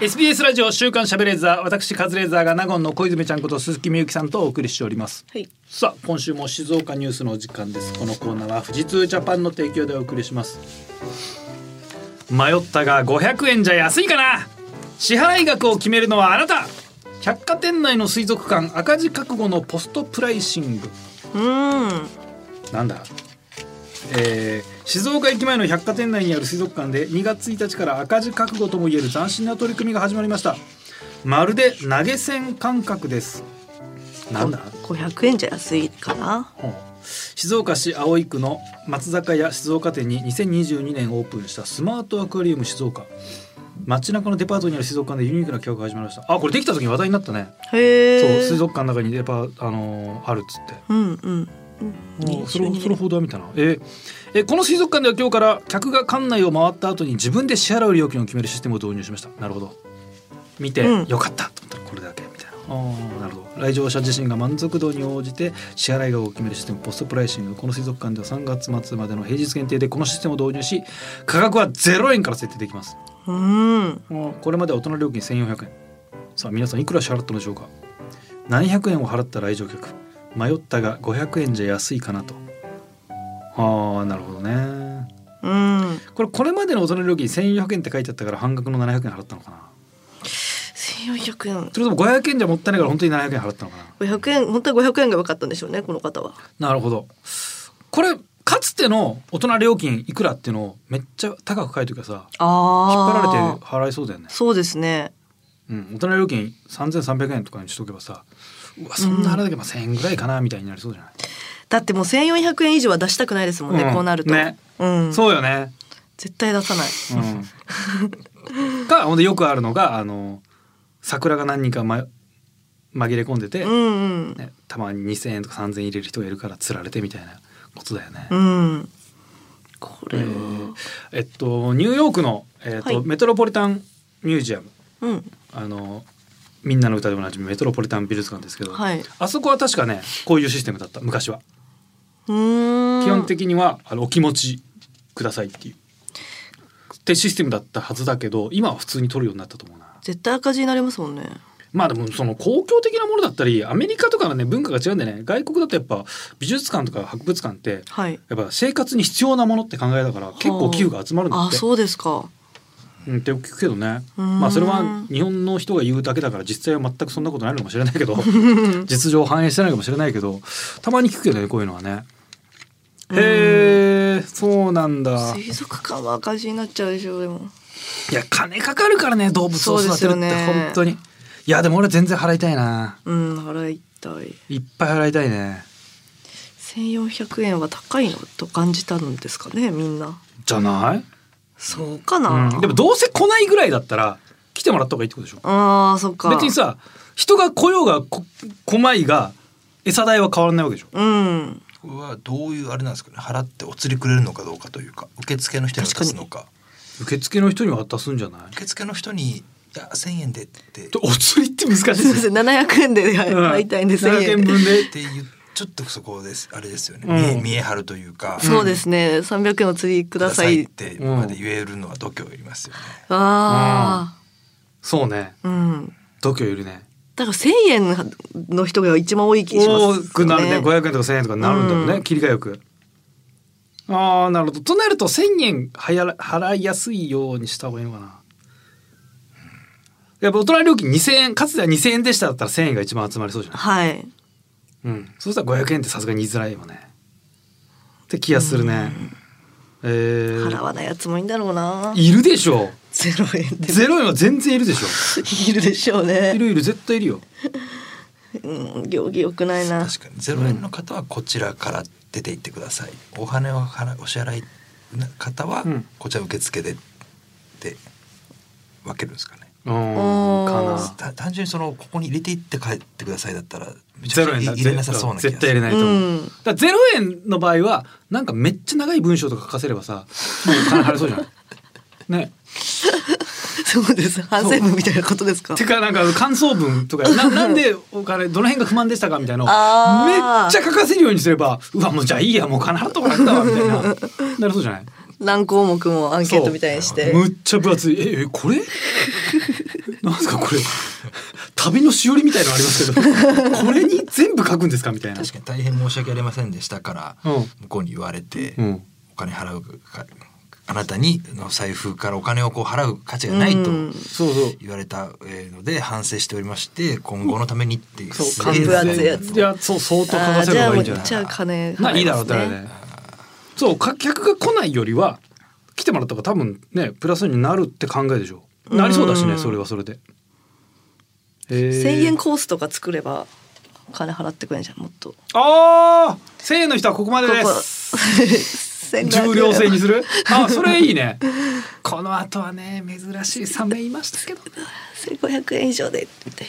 Speaker 2: SBS ラジオ週刊しゃべれーザー私カズレーザーが納言の小泉ちゃんこと鈴木みゆきさんとお送りしております
Speaker 5: はい
Speaker 2: さあ今週も静岡ニュースのお時間ですこのコーナーは富士通ジャパンの提供でお送りします迷ったが500円じゃ安いかな支払額を決めるのはあなた百貨店内の水族館赤字覚悟のポストプライシング
Speaker 5: うーん
Speaker 2: なんだえー静岡駅前の百貨店内にある水族館で2月1日から赤字覚悟ともいえる斬新な取り組みが始まりましたまるで投げ銭感覚ですなんだ
Speaker 5: 500円じゃ安いかな
Speaker 2: ほう静岡市葵区の松坂屋静岡店に2022年オープンしたスマートアクアリウム静岡街中のデパートにある水族館でユニークな企画が始まりましたあこれできた時に話題になったね、
Speaker 5: へえ
Speaker 2: そう水族館の中にデパあのーあるっつって
Speaker 5: うんうん
Speaker 2: おーそれ
Speaker 5: 22
Speaker 2: その報道は見たな。えーえーこの水族館では今日から客が館内を回った後に自分で支払う料金を決めるシステムを導入しました。なるほど。見て、
Speaker 5: うん
Speaker 2: よかったと思ったらこれだけみたいな。あーなるほど来場者自身が満足度に応じて支払い額を決めるシステムポストプライシングこの水族館では3月末までの平日限定でこのシステムを導入し価格は0円から設定できます
Speaker 5: うん
Speaker 2: これまでは大人料金1400円さあ皆さんいくら支払ったのでしょうか700円を払った来場客迷ったが500円じゃ安いかなとああなるほどね
Speaker 5: うん
Speaker 2: これこれまでの大人料金1400円って書いてあったから半額の700円払ったのかな
Speaker 5: 1400円
Speaker 2: それとも500円じゃもったいないから本当に700円払ったのか
Speaker 5: 500円本当は500円が良かったんでしょうねこの方は
Speaker 2: ななるほどこれかつての大人料金いくらっていうのをめっちゃ高く書いてるからさ引っ張られ
Speaker 5: あ
Speaker 2: て払いそうだよね
Speaker 5: そうですね
Speaker 2: うん、大人料金3300円とかにしとけばさうわそんな払だけば1,000円ぐらいかなみたいになりそうじゃない、
Speaker 5: だってもう1400円以上は出したくないですもんね、
Speaker 2: うん
Speaker 5: こうなると、
Speaker 2: ね
Speaker 5: うん、
Speaker 2: そうよね、
Speaker 5: 絶対出さない (laughs)
Speaker 2: うん、かほんでよくあるのがあの桜が何人か、ま、紛れ込んでて、
Speaker 5: うん
Speaker 2: ね、たまに2,000円とか3,000円入れる人がいるから釣られてみたいなことだよね。
Speaker 5: うんうんこれは、
Speaker 2: えっとニューヨークの、えっと
Speaker 5: はい
Speaker 2: メトロポリタンミュージアム
Speaker 5: うん
Speaker 2: あのみんなの歌でおなじみメトロポリタン美術館ですけど、
Speaker 5: はい
Speaker 2: あそこは確かねこういうシステムだった昔は。
Speaker 5: うーん
Speaker 2: 基本的にはあのお気持ちくださいっていう。ってシステムだったはずだけど今は普通に取るようになったと思うな。
Speaker 5: 絶対赤字になりますもんね
Speaker 2: まあでもその公共的なものだったりアメリカとかのね文化が違うんでね外国だとやっぱ美術館とか博物館って
Speaker 5: はい
Speaker 2: やっぱ生活に必要なものって考えだから結構寄付が集まるんだ
Speaker 5: あ
Speaker 2: って。
Speaker 5: そうですか
Speaker 2: うん、って聞くけどね
Speaker 5: うーん
Speaker 2: まあそれは日本の人が言うだけだから実際は全くそんなことないのかもしれないけ
Speaker 5: (laughs)
Speaker 2: ど実情を反映してないかもしれないけどたまに聞くけどねこういうのはね。へえそうなんだ。
Speaker 5: 水族館は赤字になっちゃうでしょでも
Speaker 2: いや金かかるからね動物を育てるって
Speaker 5: そうですよね
Speaker 2: 本当に、いやでも俺全然払いたいな
Speaker 5: うん払いたい
Speaker 2: いっぱい払いたいね
Speaker 5: 1400円は高いのと感じたんですかねみんな
Speaker 2: じゃない、
Speaker 5: そうかな、
Speaker 2: うん、でもどうせ来ないぐらいだったら来てもらった方がいいってことでしょ
Speaker 5: あーそっか
Speaker 2: 別にさ人が来ようがこ来まいが餌代は変わらないわけでしょ
Speaker 5: うん
Speaker 4: これはどういうあれなんですかね払ってお釣りくれるのかどうかというか受付の人に渡すのか
Speaker 2: 受付の人に渡すんじゃない
Speaker 4: 受付の人に「いや1,000円で」ってっ
Speaker 2: お釣りって難しい
Speaker 5: (laughs)
Speaker 2: です
Speaker 5: すいません700円ではい
Speaker 2: うん
Speaker 5: 買いたいんで1000
Speaker 2: 700
Speaker 5: 円
Speaker 2: 円
Speaker 5: で
Speaker 2: 分で
Speaker 4: ていうちょっとそこですあれですよね、
Speaker 2: うん
Speaker 4: 見え見え張るというか
Speaker 5: そうですね300円の釣りく
Speaker 4: く
Speaker 5: ださい
Speaker 4: だってまで言えるのは度胸いりますよね、
Speaker 5: あ
Speaker 2: そうね
Speaker 5: あうん
Speaker 2: 度胸いるね
Speaker 5: だから1000円の人が一番多い気がします、
Speaker 2: 多くなるね500円とか1,000円とかになるんだろうね、
Speaker 5: うん
Speaker 2: 切りがよく。ああなるほどとなると1,000円はやら払いやすいようにした方がいいのかな。やっぱ大人料金2,000円かつては2,000円でしただったら1,000円が一番集まりそうじゃない、
Speaker 5: はい
Speaker 2: うん、そうしたら500円ってさすがに言いづらいよね。って気がするね。えー
Speaker 5: 払わないやつもいいんだろうない
Speaker 2: るでしょ
Speaker 5: 0円で
Speaker 2: ゼロ円は全然いるでしょ
Speaker 5: いるでしょう
Speaker 2: い
Speaker 5: ね
Speaker 2: るいる絶対いるよ。
Speaker 5: うん行儀良くないな
Speaker 4: 確かに0円の方はこちらから出て行ってくださいお金を払お支払いの方は
Speaker 2: うん
Speaker 4: こちら受付でって分けるんですかね
Speaker 2: うーん
Speaker 5: おー
Speaker 2: かな。
Speaker 4: た単純にそのここに入れていって帰ってくださいだったらめち
Speaker 2: ゼ
Speaker 4: ゃくち
Speaker 2: ロ
Speaker 4: ゃ
Speaker 2: 円だ
Speaker 4: 入れなさそうな気がする
Speaker 2: 絶対入れないと思う、だからゼロ円の場合はなんかめっちゃ長い文章とか書かせればさもう金払えそうじゃ
Speaker 5: (laughs)
Speaker 2: ないね
Speaker 5: そうです反省文みたいなことですか
Speaker 2: てかなんか感想文
Speaker 5: (laughs)
Speaker 2: とかななんでお金どの辺が不満でしたかみたいなのをめっ
Speaker 5: あー
Speaker 2: ちゃ書かせるようにすればうわもうじゃあいいやもう金払ったもらったわ
Speaker 5: (laughs)
Speaker 2: みたいななりそうじゃない
Speaker 5: 何項目もアンケートみたいにして
Speaker 2: むっちゃ分厚いええこ
Speaker 5: (laughs)
Speaker 2: れなんすかこれ旅のしおりみたいのありますけどこれに全部書くんですかみたいな
Speaker 4: 確かに大変申し訳ありませんでしたから
Speaker 2: うん
Speaker 4: 向こうに言われて
Speaker 2: うん
Speaker 4: お金払うかあなたにの財布からお金をこう払う価値がないと
Speaker 5: うん
Speaker 2: そうそう
Speaker 4: 言われたえーので反省しておりまして今後のためにっていう
Speaker 2: そう、
Speaker 4: す
Speaker 5: 漢
Speaker 4: げえ
Speaker 5: 分厚いやつ
Speaker 2: いや、そう、相当書かせるのがいいんじゃない。
Speaker 5: あーじゃあもうじゃあ金払いますね
Speaker 2: まあ、いいだろう、だね。そう、か客が来ないよりは、来てもらった方が多分ね、プラスになるって考えでしょう。なりそうだし
Speaker 5: う
Speaker 2: ね、
Speaker 5: ん
Speaker 2: それはそれで。えー
Speaker 5: 1000円コースとか作ればお金払ってくれんじゃんもっと
Speaker 2: ああ、千円の人はここまで
Speaker 5: ここ
Speaker 2: です。重量制にする。
Speaker 5: (laughs)
Speaker 2: あ、それいいね。この後はね、珍しいサメいましたけど。
Speaker 5: 1500円以上でみたい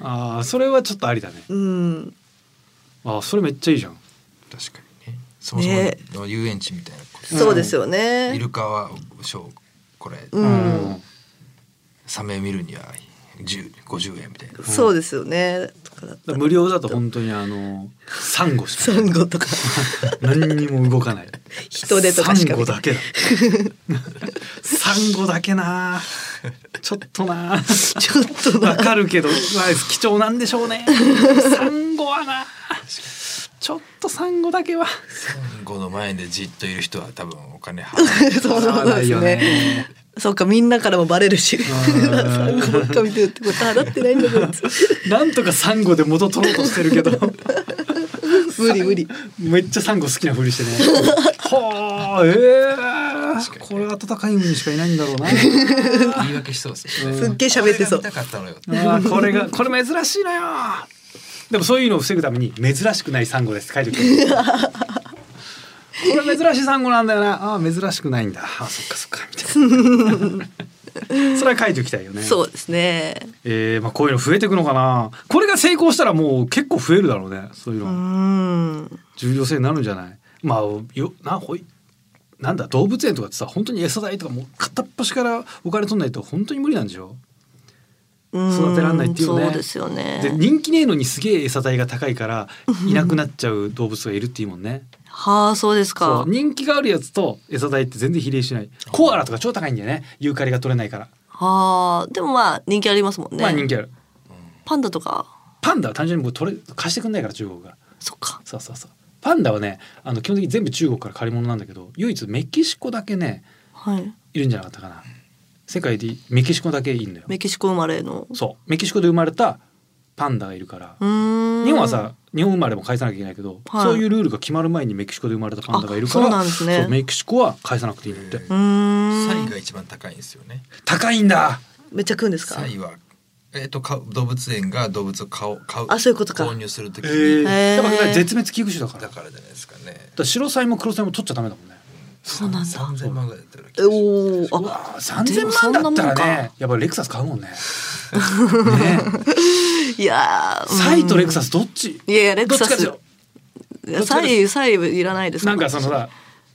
Speaker 5: な
Speaker 2: ああ、それはちょっとありだね。
Speaker 5: うん
Speaker 2: あー、それめっちゃいいじゃん。
Speaker 4: 確かにねそもそも
Speaker 5: ね
Speaker 4: の遊園地みたいなこと
Speaker 5: そうですよね。
Speaker 4: イルカはショーこれ、
Speaker 5: う、
Speaker 2: うん
Speaker 4: サメ見るには10 50円みたいな
Speaker 5: そうですよね。とかだったら
Speaker 2: 無料だと本当にあのサンゴし
Speaker 5: サ
Speaker 2: か
Speaker 5: ンゴ
Speaker 2: (laughs)
Speaker 5: とか
Speaker 2: 何にも動かない。
Speaker 5: 人手とかし
Speaker 2: サ
Speaker 5: か
Speaker 2: ンゴ
Speaker 5: 見て
Speaker 2: だけだ。サンゴだけな。ちょっとな。
Speaker 5: ちょっと
Speaker 2: わ
Speaker 5: な
Speaker 2: かるけど、まあ貴重なんでしょうね。サンゴはな。ちょっとサンゴだけは。
Speaker 4: サンゴの前でじっといる人は多分お金払う
Speaker 5: そうなんですね。。そうかみんなからもバレるし、サンゴばっか見てるってこと払ってないん
Speaker 2: (laughs)
Speaker 5: だから。
Speaker 2: なんとかサンゴで元取ろうとしてるけど、
Speaker 5: 無理無理。
Speaker 2: めっちゃサンゴ好きなふりしてね。はあ、ええ
Speaker 4: かに
Speaker 2: これ暖かい海にしかいないんだろうな。
Speaker 4: 言い訳しそうですよね
Speaker 5: すっげえ喋ってそう
Speaker 4: これが見たかったのよ
Speaker 2: あーこれがこれ珍しいのよでもそういうのを防ぐために「珍しくないサンゴです」って書いておくこれ珍しいサンゴなんだよなあー珍しくないんだあーそっかそっかみたいなそれは書いておきたいよね
Speaker 5: そうですね。
Speaker 2: えーまあ、こういうの増えていくのかなこれが成功したらもう結構増えるだろうねそういう
Speaker 5: う
Speaker 2: の、
Speaker 5: ん。
Speaker 2: 重量性になるんじゃないまあよなほいなんだ動物園とかってさ本当に餌代とかもう片っ端からお金取んないと本当に無理なんでしょ
Speaker 5: うん
Speaker 2: 育てらんないっていうね
Speaker 5: そうですよね。
Speaker 2: で人気ねえのにすげえ餌代が高いからいなくなっちゃう動物がいるっていうもんね。
Speaker 5: はあそうです
Speaker 2: そ
Speaker 5: か
Speaker 2: う。人気があるやつと餌代って全然比例しない。コアラとか超高いんだよね。ユーカリが取れないから。
Speaker 5: はあでもまあ人気ありますもんね。
Speaker 2: まあ人気ある。
Speaker 5: パンダとか
Speaker 2: パンダは単純にもう取れ貸してくんないから中国が。
Speaker 5: そっか。
Speaker 2: そうそうそう。パンダはねあの基本的に全部中国から借り物なんだけど唯一メキシコだけね
Speaker 5: はい。
Speaker 2: いるんじゃなかったかな。世界でメキシコだけいいんだよ。
Speaker 5: メキシコ生まれの。
Speaker 2: そうメキシコで生まれたパンダがいるから。
Speaker 5: うーん。
Speaker 2: 日本はさ日本生まれも返さなきゃいけないけど、
Speaker 5: はい
Speaker 2: そういうルールが決まる前にメキシコで生まれたパンダがいるから
Speaker 5: あそうなんです
Speaker 2: そ
Speaker 5: ね
Speaker 2: うメキシコは返さなくていいんだって
Speaker 5: うーん。
Speaker 4: サイが一番高いんですよね
Speaker 2: 高いんだ
Speaker 5: めっちゃ食うんですか。
Speaker 4: サイはえっとか動物園が動物を買う買う
Speaker 5: あそういうことか
Speaker 4: 購入するとき
Speaker 2: え
Speaker 4: に
Speaker 5: へー
Speaker 2: やっぱ絶滅危惧種だからだ
Speaker 4: だ
Speaker 2: か
Speaker 4: からじゃないですかね
Speaker 2: ら白サイも黒サイも取っちゃダメだもんね
Speaker 5: そうなんだ
Speaker 4: 三千万ぐらいだったら
Speaker 5: えおお。
Speaker 2: う
Speaker 5: あ
Speaker 2: わ3000万だったらねやっぱレクサス買うもん
Speaker 5: (laughs)
Speaker 2: ねね
Speaker 5: いやー。うん
Speaker 2: サイとレクサスどっち
Speaker 5: いやいやレクサス
Speaker 2: どっちか
Speaker 5: いやサイサイいらない
Speaker 2: で
Speaker 5: で
Speaker 2: すすよなんかそのさ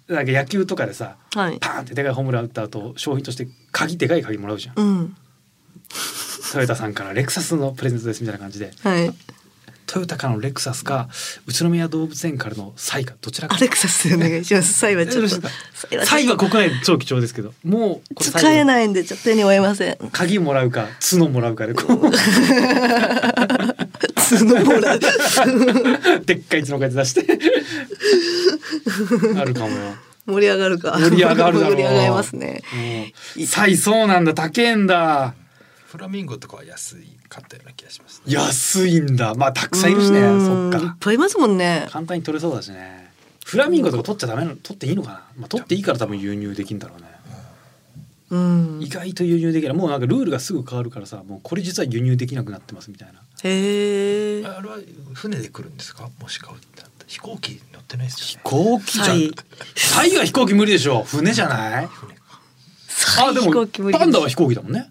Speaker 2: なんか野球とかでさ
Speaker 5: はい。
Speaker 2: パーンってでかいホームラン打った後商品として鍵でかい鍵もらうじゃん
Speaker 5: うん。
Speaker 2: トヨタさんからレクサスのプレゼントですみたいな感じで
Speaker 5: はい。
Speaker 2: トヨタからのレクサスか宇都宮動物園からのサイかどちらか
Speaker 5: アレクサスお願いします。サイはちょ
Speaker 2: よろ
Speaker 5: っと。
Speaker 2: し
Speaker 5: イはちょっと
Speaker 2: サイは国内で超貴重ですけどもうこれ
Speaker 5: 使え
Speaker 2: い
Speaker 5: ないんでちょっと手に負えま (laughs) せん。
Speaker 2: 鍵もらうか角もらうかでこう
Speaker 5: (laughs) 角もらう。
Speaker 2: でっかい角こうやって出
Speaker 5: (laughs)
Speaker 2: してあるかもよ。
Speaker 5: 盛り上がるか。
Speaker 2: 盛り上がるだろう
Speaker 5: 盛り上がりますね。
Speaker 2: うんサイそうなんだ高えんだ
Speaker 4: フラミンゴとかは安い買ったような気がしますね
Speaker 2: 安いんだまあたくさんいるしね
Speaker 5: う
Speaker 2: そ
Speaker 5: ー
Speaker 2: っ
Speaker 5: んいっ
Speaker 2: か
Speaker 5: ぱいいますもんね。
Speaker 2: 簡単に取れそうだしねフラミンゴとか取っちゃダメなの取っていいのかな、まあ、取っていいから多分輸入できんだろうね
Speaker 5: うん
Speaker 2: 意。外と輸入できないもうなんかルールがすぐ変わるからさもうこれ実は輸入できなくなってますみたいな
Speaker 5: へえ。
Speaker 4: あれは船で来るんですかもし買うってなったら飛行機乗ってないです
Speaker 2: 飛
Speaker 4: よね
Speaker 2: 行機じゃ
Speaker 5: サイ
Speaker 2: タイは飛行機無理でしょ船じゃない
Speaker 4: 船か
Speaker 5: サ
Speaker 2: あ
Speaker 5: イ
Speaker 2: で
Speaker 5: 飛
Speaker 2: も
Speaker 5: 行機無理です
Speaker 2: パンダは飛行機だもんね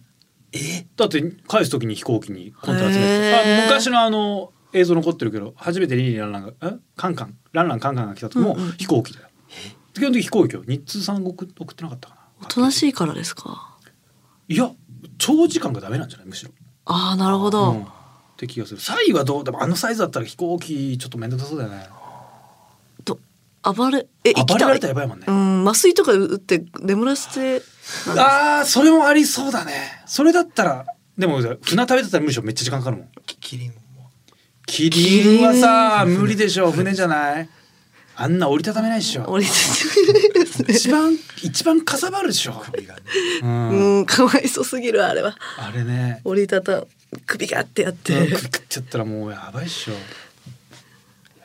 Speaker 2: えだって返す時に飛行機にコンテナ詰めて
Speaker 5: へ
Speaker 2: た
Speaker 5: ー
Speaker 2: あ昔のあの映像残ってるけど初めてリリー・ランランがえカンカンランランカンカンが来た時も
Speaker 5: うんうん
Speaker 2: 飛行機だよ、基本的に飛行機を日通三国送ってなかったかな
Speaker 5: おとなしいからですか。
Speaker 2: いや長時間がダメなんじゃないむしろ
Speaker 5: ああなるほど。
Speaker 2: うんって気がするサイはどうでもあのサイズだったら飛行機ちょっと面倒くさそうだよね
Speaker 5: と暴れえ生き
Speaker 2: 暴れ
Speaker 5: た
Speaker 2: られたらやばいもんね、
Speaker 5: うん麻酔とか打って眠らせて
Speaker 2: ああそれもありそうだねそれだったらでも船旅だったらむしろめっちゃ時間かかるもん
Speaker 4: キキリンも
Speaker 2: キリンはさ無理でしょ船じゃないあんな折りたためないでしょ
Speaker 5: 俺たち
Speaker 2: 一番一番かさばるでしょ、
Speaker 4: 首がね
Speaker 2: うん
Speaker 5: うんかわいそうすぎるあれは
Speaker 2: あれね
Speaker 5: 折りたた首がってやって、
Speaker 2: うん首食っちゃったらもうやばいっしょ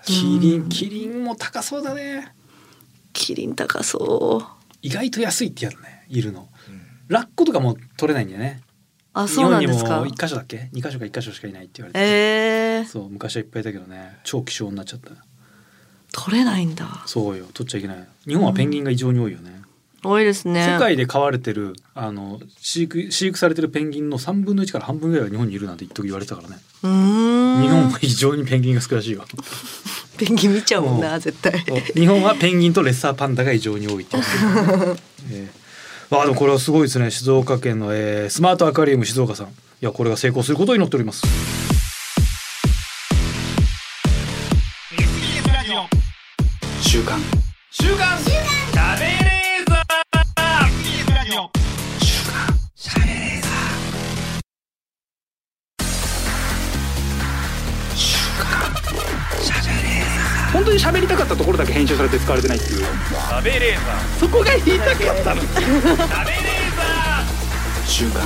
Speaker 2: キリンキリンも高そうだね
Speaker 5: キリン高そう
Speaker 2: 意外と安いってやつねいるの
Speaker 4: うん
Speaker 2: ラッコとかも取れないんだよね
Speaker 5: あそうなんです
Speaker 2: 日本
Speaker 5: か
Speaker 2: にも一箇所だっけ二箇所か一箇所しかいないって言われてて、
Speaker 5: えー、
Speaker 2: そう昔はいっぱいいたけどね超希少になっちゃった
Speaker 5: 取れないんだ
Speaker 2: そうよ取っちゃいけない日本はペンギンが異常に多いよね、
Speaker 5: 多いですね
Speaker 2: 世界で飼われてるあの飼育飼育されてるペンギンの3分の1から半分ぐらいは日本にいるなんて一時言われてたからね、
Speaker 5: (laughs) うーん
Speaker 2: 日本も非常にペンギンが少ないらしいよ
Speaker 5: ペンギン見ちゃうもん
Speaker 2: う
Speaker 5: な絶対
Speaker 2: 日本はペンギンとレッサーパンダが異常に多いっていう、
Speaker 5: (laughs)
Speaker 2: えー、あでもこれはすごいですね静岡県の、えースマートアクアリウム静岡さんいやこれが成功することを祈っております
Speaker 1: 週刊本当に喋りたかったところだけ編集されて使われてないっていうそこが言いたかったの週刊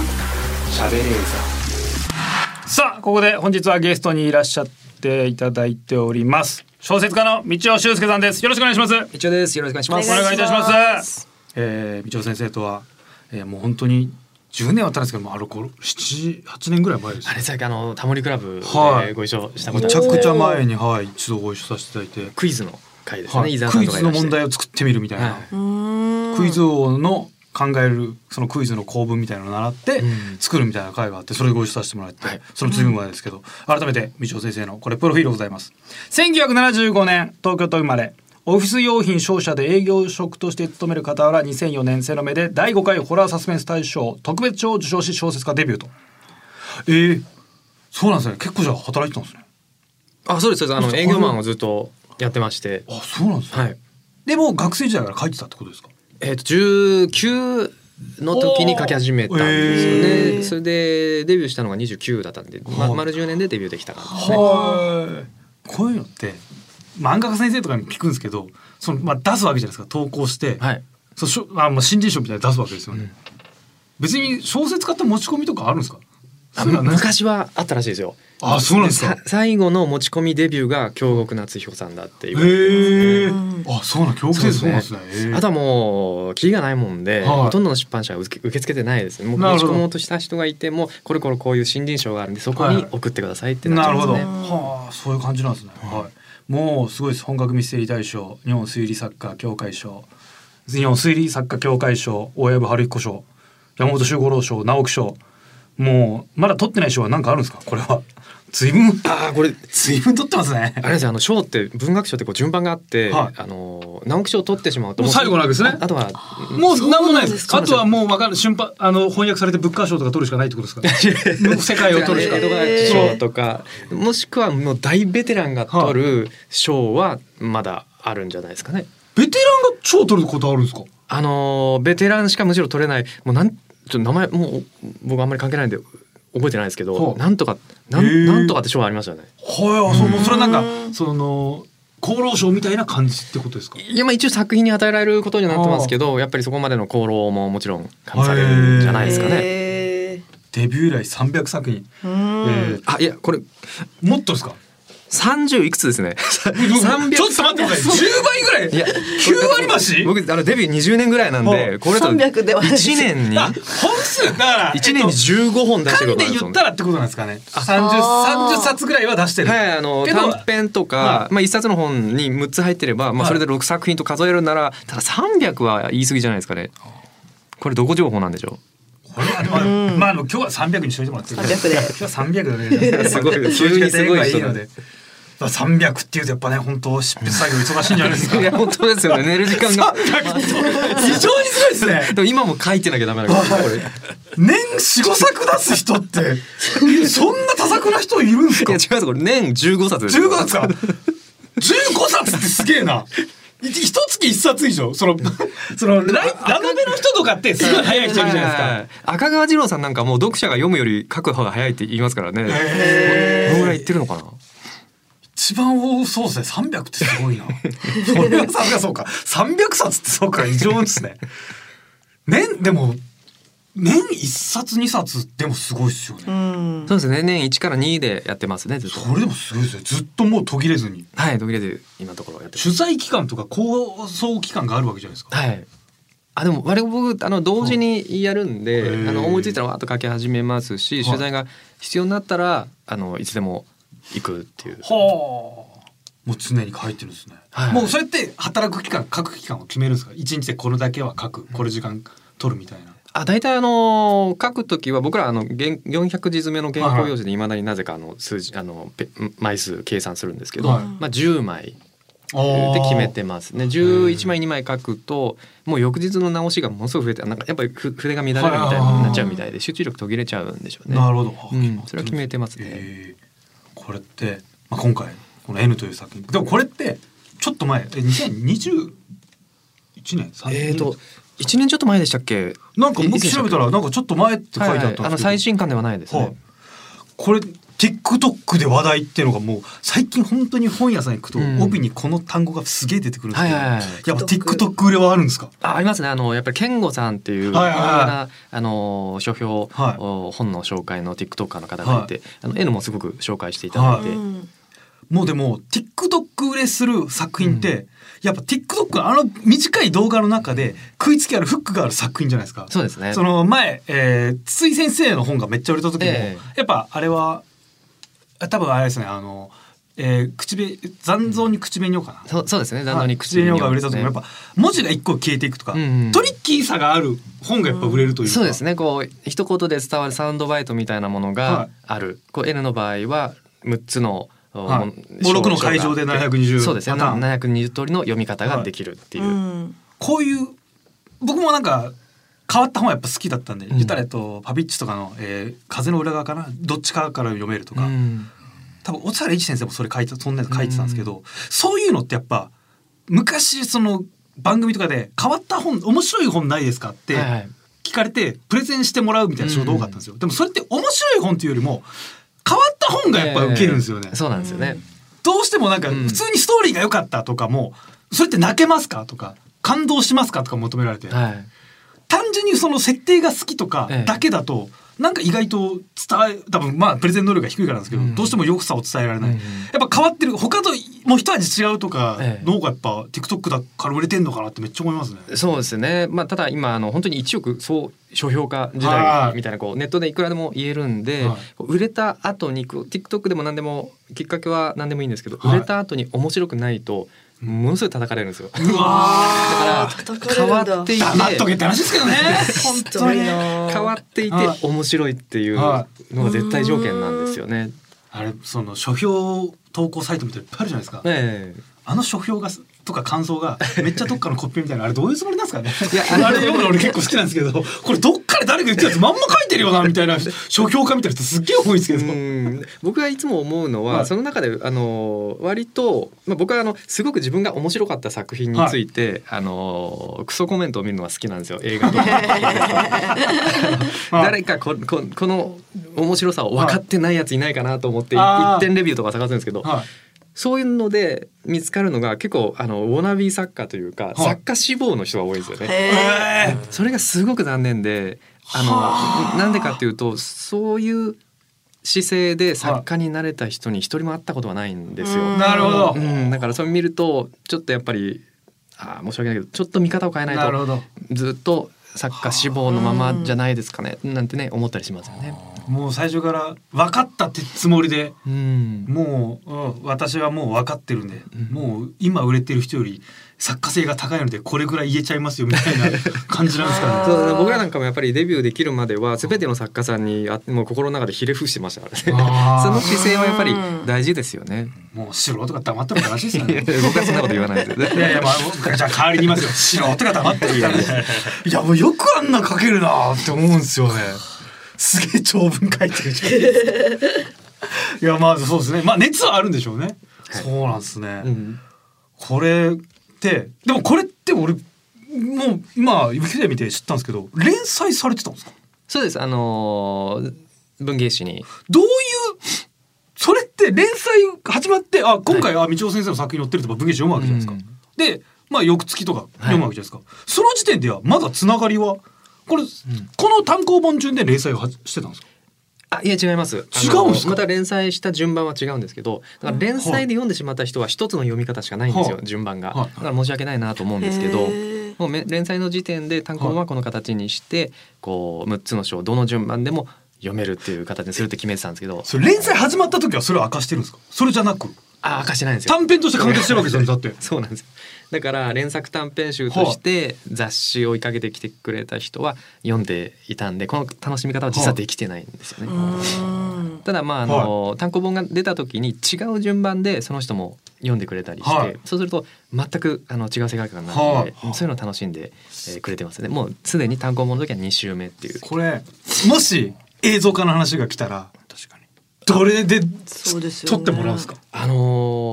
Speaker 1: 喋れー
Speaker 2: さあここで本日はゲストにいらっしゃっていただいております小説家の道尾修介さんですよろしくお願いしますお
Speaker 4: 一応ですよろしくお願いします
Speaker 5: お願いします
Speaker 2: 願いいたします、えー、道尾先生とは、えー、もう本当に10年は経ったんですけどもあの頃78年ぐらい前ですね
Speaker 6: あれさっきあのタモリクラブ
Speaker 2: はい
Speaker 6: でご一緒したこ
Speaker 2: め
Speaker 6: とあ
Speaker 2: ち
Speaker 6: る
Speaker 2: ゃくちゃ前にはい一度ご一緒させていただいて、
Speaker 6: クイズの回ですね、
Speaker 2: はい
Speaker 6: 伊沢さ
Speaker 2: ク
Speaker 6: ん
Speaker 2: イ
Speaker 6: とか
Speaker 2: ズ
Speaker 6: いら
Speaker 2: の
Speaker 6: っし
Speaker 2: 問
Speaker 6: ゃって
Speaker 2: 題を作ってみるみたいな、
Speaker 6: はいう
Speaker 5: ーん
Speaker 2: クイズ王の考えるそのクイズの構文みたいなのを習って
Speaker 6: うん
Speaker 2: 作るみたいな会があってそれをご一緒させてもらって、
Speaker 6: はい
Speaker 2: その次前ですけど、改めて道夫先生のこれプロフィールございます1975年東京都生まれオフィス用品商社で営業職として勤める傍ら2004年瀬の目で第5回ホラーサスペンス大賞特別賞を受賞し小説家デビューとえー、そうなんですね結構じゃあ働いてたんですね
Speaker 6: あそうですそうですあ
Speaker 2: そ
Speaker 6: の
Speaker 2: う
Speaker 6: 営業マンをずっとやってまして
Speaker 2: あそうなんですね、
Speaker 6: はい
Speaker 2: でも学生時代から書いてたってことですか
Speaker 6: えっ、と19の時に書き始めたんですよ
Speaker 2: おー
Speaker 6: ね、
Speaker 2: へー
Speaker 6: それでデビューしたのが29だったんで、ま、丸10年でデビューできたからですね
Speaker 2: はい。こういうのって漫画家先生とかに聞くんですけど、そのまあ出すわけじゃないですか。投稿して、
Speaker 6: はい
Speaker 2: そうしょあまあ新人賞みたいなの出すわけですよね。
Speaker 6: うん
Speaker 2: 別に小説家って持ち込みとかあるんですか。
Speaker 6: あ
Speaker 2: そういうのはない
Speaker 6: 昔はあったらしいですよ
Speaker 2: あ (laughs) そうなんですか
Speaker 6: さ。最後の持ち込みデビューが京極夏彦さんだっていう
Speaker 2: へえ
Speaker 5: うん。
Speaker 2: あそうなん教育先生そうなんですね。へー
Speaker 6: あとはもうキリがないもんで、
Speaker 2: はい
Speaker 6: ほとんどの出版社は受け受け付けてないですねもう
Speaker 2: なる
Speaker 6: 持
Speaker 2: ほ
Speaker 6: ち
Speaker 2: ど
Speaker 6: 込もうとした人がいてもこれこれこういう新人賞があるんでそこ
Speaker 2: はい
Speaker 6: に送ってくださいってなっち
Speaker 2: な
Speaker 6: ゃう
Speaker 2: る
Speaker 6: んで
Speaker 2: ほ
Speaker 6: す
Speaker 2: ど。
Speaker 6: ね、
Speaker 2: はあ、そういう感じなんですね。はい。もうすごいです。本格ミステリー大賞、日本推理作家協会賞、日本推理作家協会賞、大藪春彦賞、山本周五郎賞、直木賞。もうまだ取ってない賞は何かあるんですか？これは。随分
Speaker 6: ああこれ
Speaker 2: 随分取ってますね
Speaker 6: あ。れですよあの賞って文学賞ってこう順番があって、
Speaker 2: はい
Speaker 6: あの直木賞を取ってしまうと
Speaker 2: もう最後なわけですね
Speaker 6: ああとは
Speaker 2: もう何もないです。
Speaker 6: そ
Speaker 2: あ
Speaker 6: うなんです
Speaker 2: とはもうわかんない。瞬発あの翻訳されてブッカー賞とか取るしかないってことですか、ね。 (laughs) 世界を取るし
Speaker 6: (laughs)
Speaker 2: か
Speaker 6: 江。戸川賞とか、もしくはもう大ベテランが取る賞はまだあるんじゃないですかね。
Speaker 2: (laughs) ベテランが賞取ることあるんですか？
Speaker 6: あのーベテランしかむしろ取れないもうなんちょっと名前もう僕あんまり関係ないんで覚えてないですけ
Speaker 2: ほ
Speaker 6: ど
Speaker 2: う
Speaker 6: なんとかな
Speaker 2: へー
Speaker 6: んなんとかって賞はありましたよね。
Speaker 2: はい。あそうもうそれはなんかその厚労省みたいな感じってことですか？
Speaker 6: いやまあ一応作品に与えられることにはなってますけどやっぱりそこまでの功労ももちろん感じされるんじゃないですかね。
Speaker 5: へ
Speaker 2: デビュー以来300作品。
Speaker 5: ーう
Speaker 2: え
Speaker 5: ん
Speaker 2: ー
Speaker 6: あいやこれ
Speaker 2: もっとですか。
Speaker 6: 30いくつですね。300
Speaker 2: ちょっと待ってください。10倍ぐらい。
Speaker 6: (laughs) いや
Speaker 2: 9割増し。
Speaker 6: 僕あのデビュー20年ぐらいなん
Speaker 2: は
Speaker 6: で
Speaker 2: い
Speaker 6: これだと
Speaker 5: 300ではない
Speaker 6: 1年に
Speaker 2: あ、本数だから。
Speaker 6: 1年に15本出して
Speaker 2: 単で
Speaker 6: ることなんです
Speaker 2: 言
Speaker 6: よ
Speaker 2: っ
Speaker 6: ね
Speaker 2: たらってことなんですかね。30 30冊ぐらいは出してる。
Speaker 6: はい、あの
Speaker 2: けど
Speaker 6: 短編とか、
Speaker 2: はい
Speaker 6: まあ一冊の本に6つ入ってれば、ま
Speaker 2: はい
Speaker 6: あそれで6作品と数えるなら、ただ300は言い過ぎじゃないですかね。これどこ情報なんでしょ
Speaker 2: これはでもまああの今日は300にしといてもらって。
Speaker 5: 300で
Speaker 2: 今日は300でお願いします。
Speaker 6: (laughs) すごい
Speaker 2: 正直
Speaker 6: すご
Speaker 2: い
Speaker 6: い
Speaker 2: いので。まあ300っていうとやっぱね本当執筆作業忙しいんじゃないですか。
Speaker 6: う。いや本当ですよね。寝る時間が。
Speaker 2: 非常にすごいですね。
Speaker 6: でも今も書いてなきゃダメなんですよこれ。い
Speaker 2: 年4、5作出す人ってそんな多作な人いるんですか
Speaker 6: や違い。ますこれ年15冊です。
Speaker 2: 15冊か15冊ってすげえな一月一冊以上そのそのライラノベの人とかってすごい早い人いるじゃないです
Speaker 6: は
Speaker 2: か
Speaker 6: い赤川次郎さんなんかもう読者が読むより書く方が早いって言いますからね。どのぐらい言ってるのかな。
Speaker 2: 一番多そうですね300ってすごいなそれがさそうか300冊ってそうか異常ですね年でも年一冊二冊でもすごいですよね、
Speaker 5: うん
Speaker 6: そうですね。年1から2でやってますね。ずっと。
Speaker 2: それでもすごいですねずっともう途切れずに
Speaker 6: はい、途切れず今のところやってます。
Speaker 2: 取材期間とか構想期間があるわけじゃないですか
Speaker 6: はい。あでも我々僕あの同時にやるんで、
Speaker 2: うんへー
Speaker 6: あの思いついたらわーっと書き始めますし、
Speaker 2: い
Speaker 6: 取材が必要になったらあのいつでも行くっていう。
Speaker 2: はあ。もう常に書いてるんですね。
Speaker 6: はい
Speaker 2: もうそれって働く期間、書く期間を決めるんですか。一日でこれだけは書く、これ時間取るみたいな。
Speaker 6: あ大体あの書くときは僕らあの原400字詰めの原稿用紙でいまだになぜかあの数字あのペ枚数計算するんですけど、
Speaker 2: はい
Speaker 6: まあ10枚
Speaker 2: あ
Speaker 6: で
Speaker 2: ー
Speaker 6: 決めてますね11枚2枚書くともう翌日の直しがものすごく増えてなんかやっぱりふ筆が乱れるみたいになっちゃうみたいで集中力途切れちゃうんでしょうね。
Speaker 2: なるほど、
Speaker 6: うんそれは決めてますね
Speaker 2: えーこれって、まあ、今回この N という作品でもこれってちょっと前え2021年3年
Speaker 6: えー、と1年ちょっと前でしたっけ
Speaker 2: なんか
Speaker 6: い
Speaker 2: 僕
Speaker 6: いつでした
Speaker 2: 調
Speaker 6: っ
Speaker 2: べ
Speaker 6: け
Speaker 2: たらなんかちょっと前って書いてあったんですけど、
Speaker 6: はいはいあの最新刊ではないですね、
Speaker 2: はいこれ TikTok で話題っていうのがもう最近本当に本屋さん行くと、
Speaker 6: うん
Speaker 2: 帯にこの単語がすげえ出てくるんですけど、
Speaker 6: はいはいはい
Speaker 2: やっぱ TikTok 売れはあるんですか
Speaker 6: あありますねあのやっぱり健吾さんっていう有名な、
Speaker 2: はいはいはい
Speaker 6: あの書評、
Speaker 2: はい
Speaker 6: お本の紹介の TikToker の方がいて、あの N もすごく紹介していただいて、
Speaker 5: うん
Speaker 2: もうでも TikTok 売れする作品って、やっぱ TikTok のあの短い動画の中で食いつきあるフックがある作品じゃないですか。
Speaker 6: そうですね
Speaker 2: その前、えー、筒井先生の本がめっちゃ売れた時も、
Speaker 6: え
Speaker 2: やっぱあれはあ多分あれですねあの、えー、口紅残像に口紅をかな。
Speaker 6: そうそうですね残
Speaker 2: はい
Speaker 6: 念に
Speaker 2: 口紅
Speaker 6: に
Speaker 2: が売れた時もやっぱ文字が一個消えていくとか、
Speaker 6: うんうん
Speaker 2: トリッキーさがある本がやっぱ売れるというか、
Speaker 6: そうですねこう一言で伝わるサウンドバイトみたいなもの
Speaker 2: は
Speaker 6: が
Speaker 2: い
Speaker 6: ある、こう N の場合は6つの、お
Speaker 2: はい
Speaker 6: も
Speaker 2: もう6の会場で720
Speaker 6: そうですね
Speaker 2: パターン
Speaker 6: 720通りの読み方ができるっていう、
Speaker 5: うん
Speaker 2: こういう僕もなんか変わった本はやっぱ好きだったんで、
Speaker 6: ん
Speaker 2: 言ったらえっとパビッチとかの、えー風の裏側かなどっちかから読めるとか、
Speaker 6: うん
Speaker 2: 多分小原一先生もそれ書いてそんなの書いてたんですけど、そういうのってやっぱ昔その番組とかで変わった本面白い本ないですかって
Speaker 6: はいはい
Speaker 2: 聞かれてプレゼンしてもらうみたいな仕事多かったんですよ、でもそれって面白い本っていうよりも変わった本がやっぱ受けるんですよね、
Speaker 6: ええそうなんですよね、
Speaker 2: どうしてもなんか
Speaker 6: うん
Speaker 2: 普通にストーリーが良かったとかも、それって泣けますかとか感動しますかとか求められて、
Speaker 6: はい
Speaker 2: 単純にその設定が好きとか
Speaker 6: ええ
Speaker 2: だけだと、なんか意外と伝え多分まあプレゼン能力が低いからなんですけど、
Speaker 6: うん
Speaker 2: どうしても良さを伝えられない、
Speaker 6: うん
Speaker 2: やっぱ変わってる他ともう一味違うとか
Speaker 6: ええ
Speaker 2: の方がやっぱ TikTok だから売れてんのかなってめっちゃ思いますね。
Speaker 6: そうですね、まあ、ただ今あの本当に1億総書評家時
Speaker 2: はい
Speaker 6: 代みたいなこうネットでいくらでも言えるんで、
Speaker 2: はい
Speaker 6: こう売れた後にこう TikTok でも何でもきっかけは何でもいいんですけど、
Speaker 2: はい
Speaker 6: 売れた後に面白くないとものすごい叩かれるんですよ。
Speaker 2: うわ
Speaker 6: だ
Speaker 5: あ
Speaker 6: か
Speaker 5: 叩
Speaker 6: ら
Speaker 5: か
Speaker 6: 変
Speaker 5: れ
Speaker 6: わ
Speaker 5: るんだ
Speaker 6: っていて
Speaker 2: ー黙っとけって話ですけどね (laughs) 本
Speaker 5: ひ
Speaker 2: 当
Speaker 5: どい
Speaker 2: に
Speaker 5: な
Speaker 6: 変わっていて
Speaker 2: はい
Speaker 6: 面白いっていうのが絶対条件なんですよね。
Speaker 2: あれその書評投稿サイトみたいなのいっぱいあるじゃないですか、
Speaker 6: え
Speaker 2: あの書評がすとか感想がめっちゃどっかのコピーみたいなあれどういうつもりなんですかね
Speaker 6: いや
Speaker 2: あれ読むの俺結構好きなんですけどこれどっかで誰か言ってたやつまんま書いてるよなみたいな書評家みたいな人すっげえ多いんですけ
Speaker 6: え
Speaker 2: ど、
Speaker 6: うん僕がいつも思うのは、
Speaker 2: はい
Speaker 6: その中であの割と、まあ、僕はあのすごく自分が面白かった作品について、あのクソコメントを見るのが好きなんですよ映
Speaker 2: (laughs)
Speaker 6: 画とか。
Speaker 2: はい
Speaker 6: 誰かこここの面白さを分かってないやついないかなと思って
Speaker 2: あー
Speaker 6: 一点レビューとか探すんですけど、
Speaker 2: はい
Speaker 6: そういうので見つかるのが結構あのウォナビー作家というか、作家志望の人が多いんですよね。
Speaker 5: へえ
Speaker 6: それがすごく残念であのなんでかっていうとそういう姿勢で作家になれた人に一人も会ったことはないんですよ。
Speaker 5: うん
Speaker 2: なるほど、
Speaker 6: うん、だからそれ見るとちょっとやっぱりあー申し訳ないけどちょっと見方を変えない
Speaker 2: なるほ
Speaker 6: と
Speaker 2: ど
Speaker 6: ずっと作家志望のままじゃないですかねなんてね思ったりしますよね。
Speaker 2: もう最初から分かったってつもりで
Speaker 6: うん、
Speaker 2: もう、うん私はもう分かってるんで、
Speaker 6: うん
Speaker 2: もう今売れてる人より作家性が高いのでこれぐらい言えちゃいますよみたいな感じなんですか
Speaker 6: (laughs) そ
Speaker 2: ね。
Speaker 6: うだね僕らなんかもやっぱりデビューできるまでは全ての作家さんにあもう心の中でひれ伏してましたからね
Speaker 2: あー
Speaker 6: その姿勢はやっぱり大事ですよね。
Speaker 2: もう素人が黙ってる話ですよ
Speaker 6: いや
Speaker 2: ね。
Speaker 6: 僕はそんなこと言わないです
Speaker 2: いやいや、まあ、僕じゃあ代わりに言いますよ。素人が黙ってるみたいないや、もうよくあんな書けるなって思うんですよね。すげえ長文書いてるじゃないですか。いや、まあそうですね。まあ熱はあるんでしょうね。そうなんですね。
Speaker 6: うん
Speaker 2: これって、でもこれって俺、もう今、ウィキペディア見て知ったんですけど、連載されてたんですか
Speaker 6: そうですあのー文芸誌に
Speaker 2: どういう、それって連載始まって、あ、今回、あ、道夫先生の作品載ってるとか、文芸誌読むわけじゃないですか。で、まあ、翌月とか読むわけじゃないですか。その時点では、まだつながりは、これ、この単行本順で連載をはしてたんですか
Speaker 6: あいや違います
Speaker 2: 違うんすか
Speaker 6: あのまた連載した順番は違うんですけどだから連載で読んでしまった人は一つの読み方しかないんですよ、
Speaker 2: はい
Speaker 6: 順番が、
Speaker 2: はい
Speaker 6: だから申し訳ないなと思うんですけど、
Speaker 5: へえ
Speaker 6: もうめ連載の時点で単行本はこの形にして、こう6つの章どの順番でも読めるっていう形にするって決めてたんですけど
Speaker 2: それ連載始まった時はそれを明かしてるんですかそれじゃなく。
Speaker 6: あ明かしてないんですよ
Speaker 2: 短編として完結してるわけじゃんだって。
Speaker 6: そうなんですよだから連作短編集として雑誌を追いかけてきてくれた人は読んでいたんでこの楽しみ方は実はできてないんですよね。
Speaker 5: うん
Speaker 6: ただまああの、単行本が出た時に違う順番でその人も読んでくれたりして、
Speaker 2: はい
Speaker 6: そうすると全くあの違う世界観になるので、
Speaker 2: はい
Speaker 6: そういうのを楽しんで、えーくれてますねもうすでに単行本の時は2週目っていう
Speaker 2: (laughs) これもし映像化の話が来たら確かにどれで
Speaker 5: そうですよ
Speaker 2: 撮
Speaker 5: ね
Speaker 2: ってもらうんですか。
Speaker 6: あのー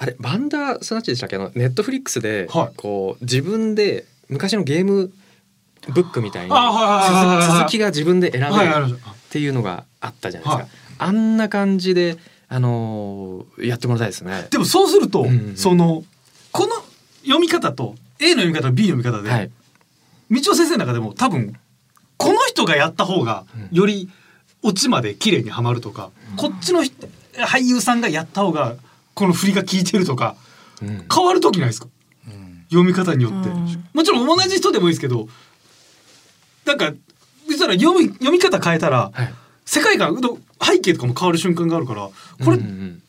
Speaker 6: あれバンダースナッチでしたっけあのネットフリックスで、
Speaker 2: はい
Speaker 6: こう自分で昔のゲームブックみたいに
Speaker 2: あはいはいはいはいはい
Speaker 6: 続続きが自分で選べ
Speaker 2: はい
Speaker 6: る
Speaker 2: ありまし
Speaker 6: っていうのがあったじゃないですか、
Speaker 2: はい
Speaker 6: あんな感じで、あのーやってもらいたいですね
Speaker 2: た。でもそうすると、
Speaker 6: うんうん
Speaker 2: そのこの読み方と A の読み方と B の読み方で、
Speaker 6: はい、
Speaker 2: 道夫先生の中でも多分この人がやった方が
Speaker 6: うん
Speaker 2: よりオチまで綺麗にはまるとか、こっちの人俳優さんがやった方がこの振りが効いてるとか
Speaker 6: うん
Speaker 2: 変わる時ないですか
Speaker 4: うん
Speaker 2: 読み方によって、
Speaker 5: うん
Speaker 2: もちろん同じ人でもいいですけどなんか実は読み読み方変えたら
Speaker 6: はい
Speaker 2: 世界観の背景とかも変わる瞬間があるからこれ
Speaker 6: うんうんうん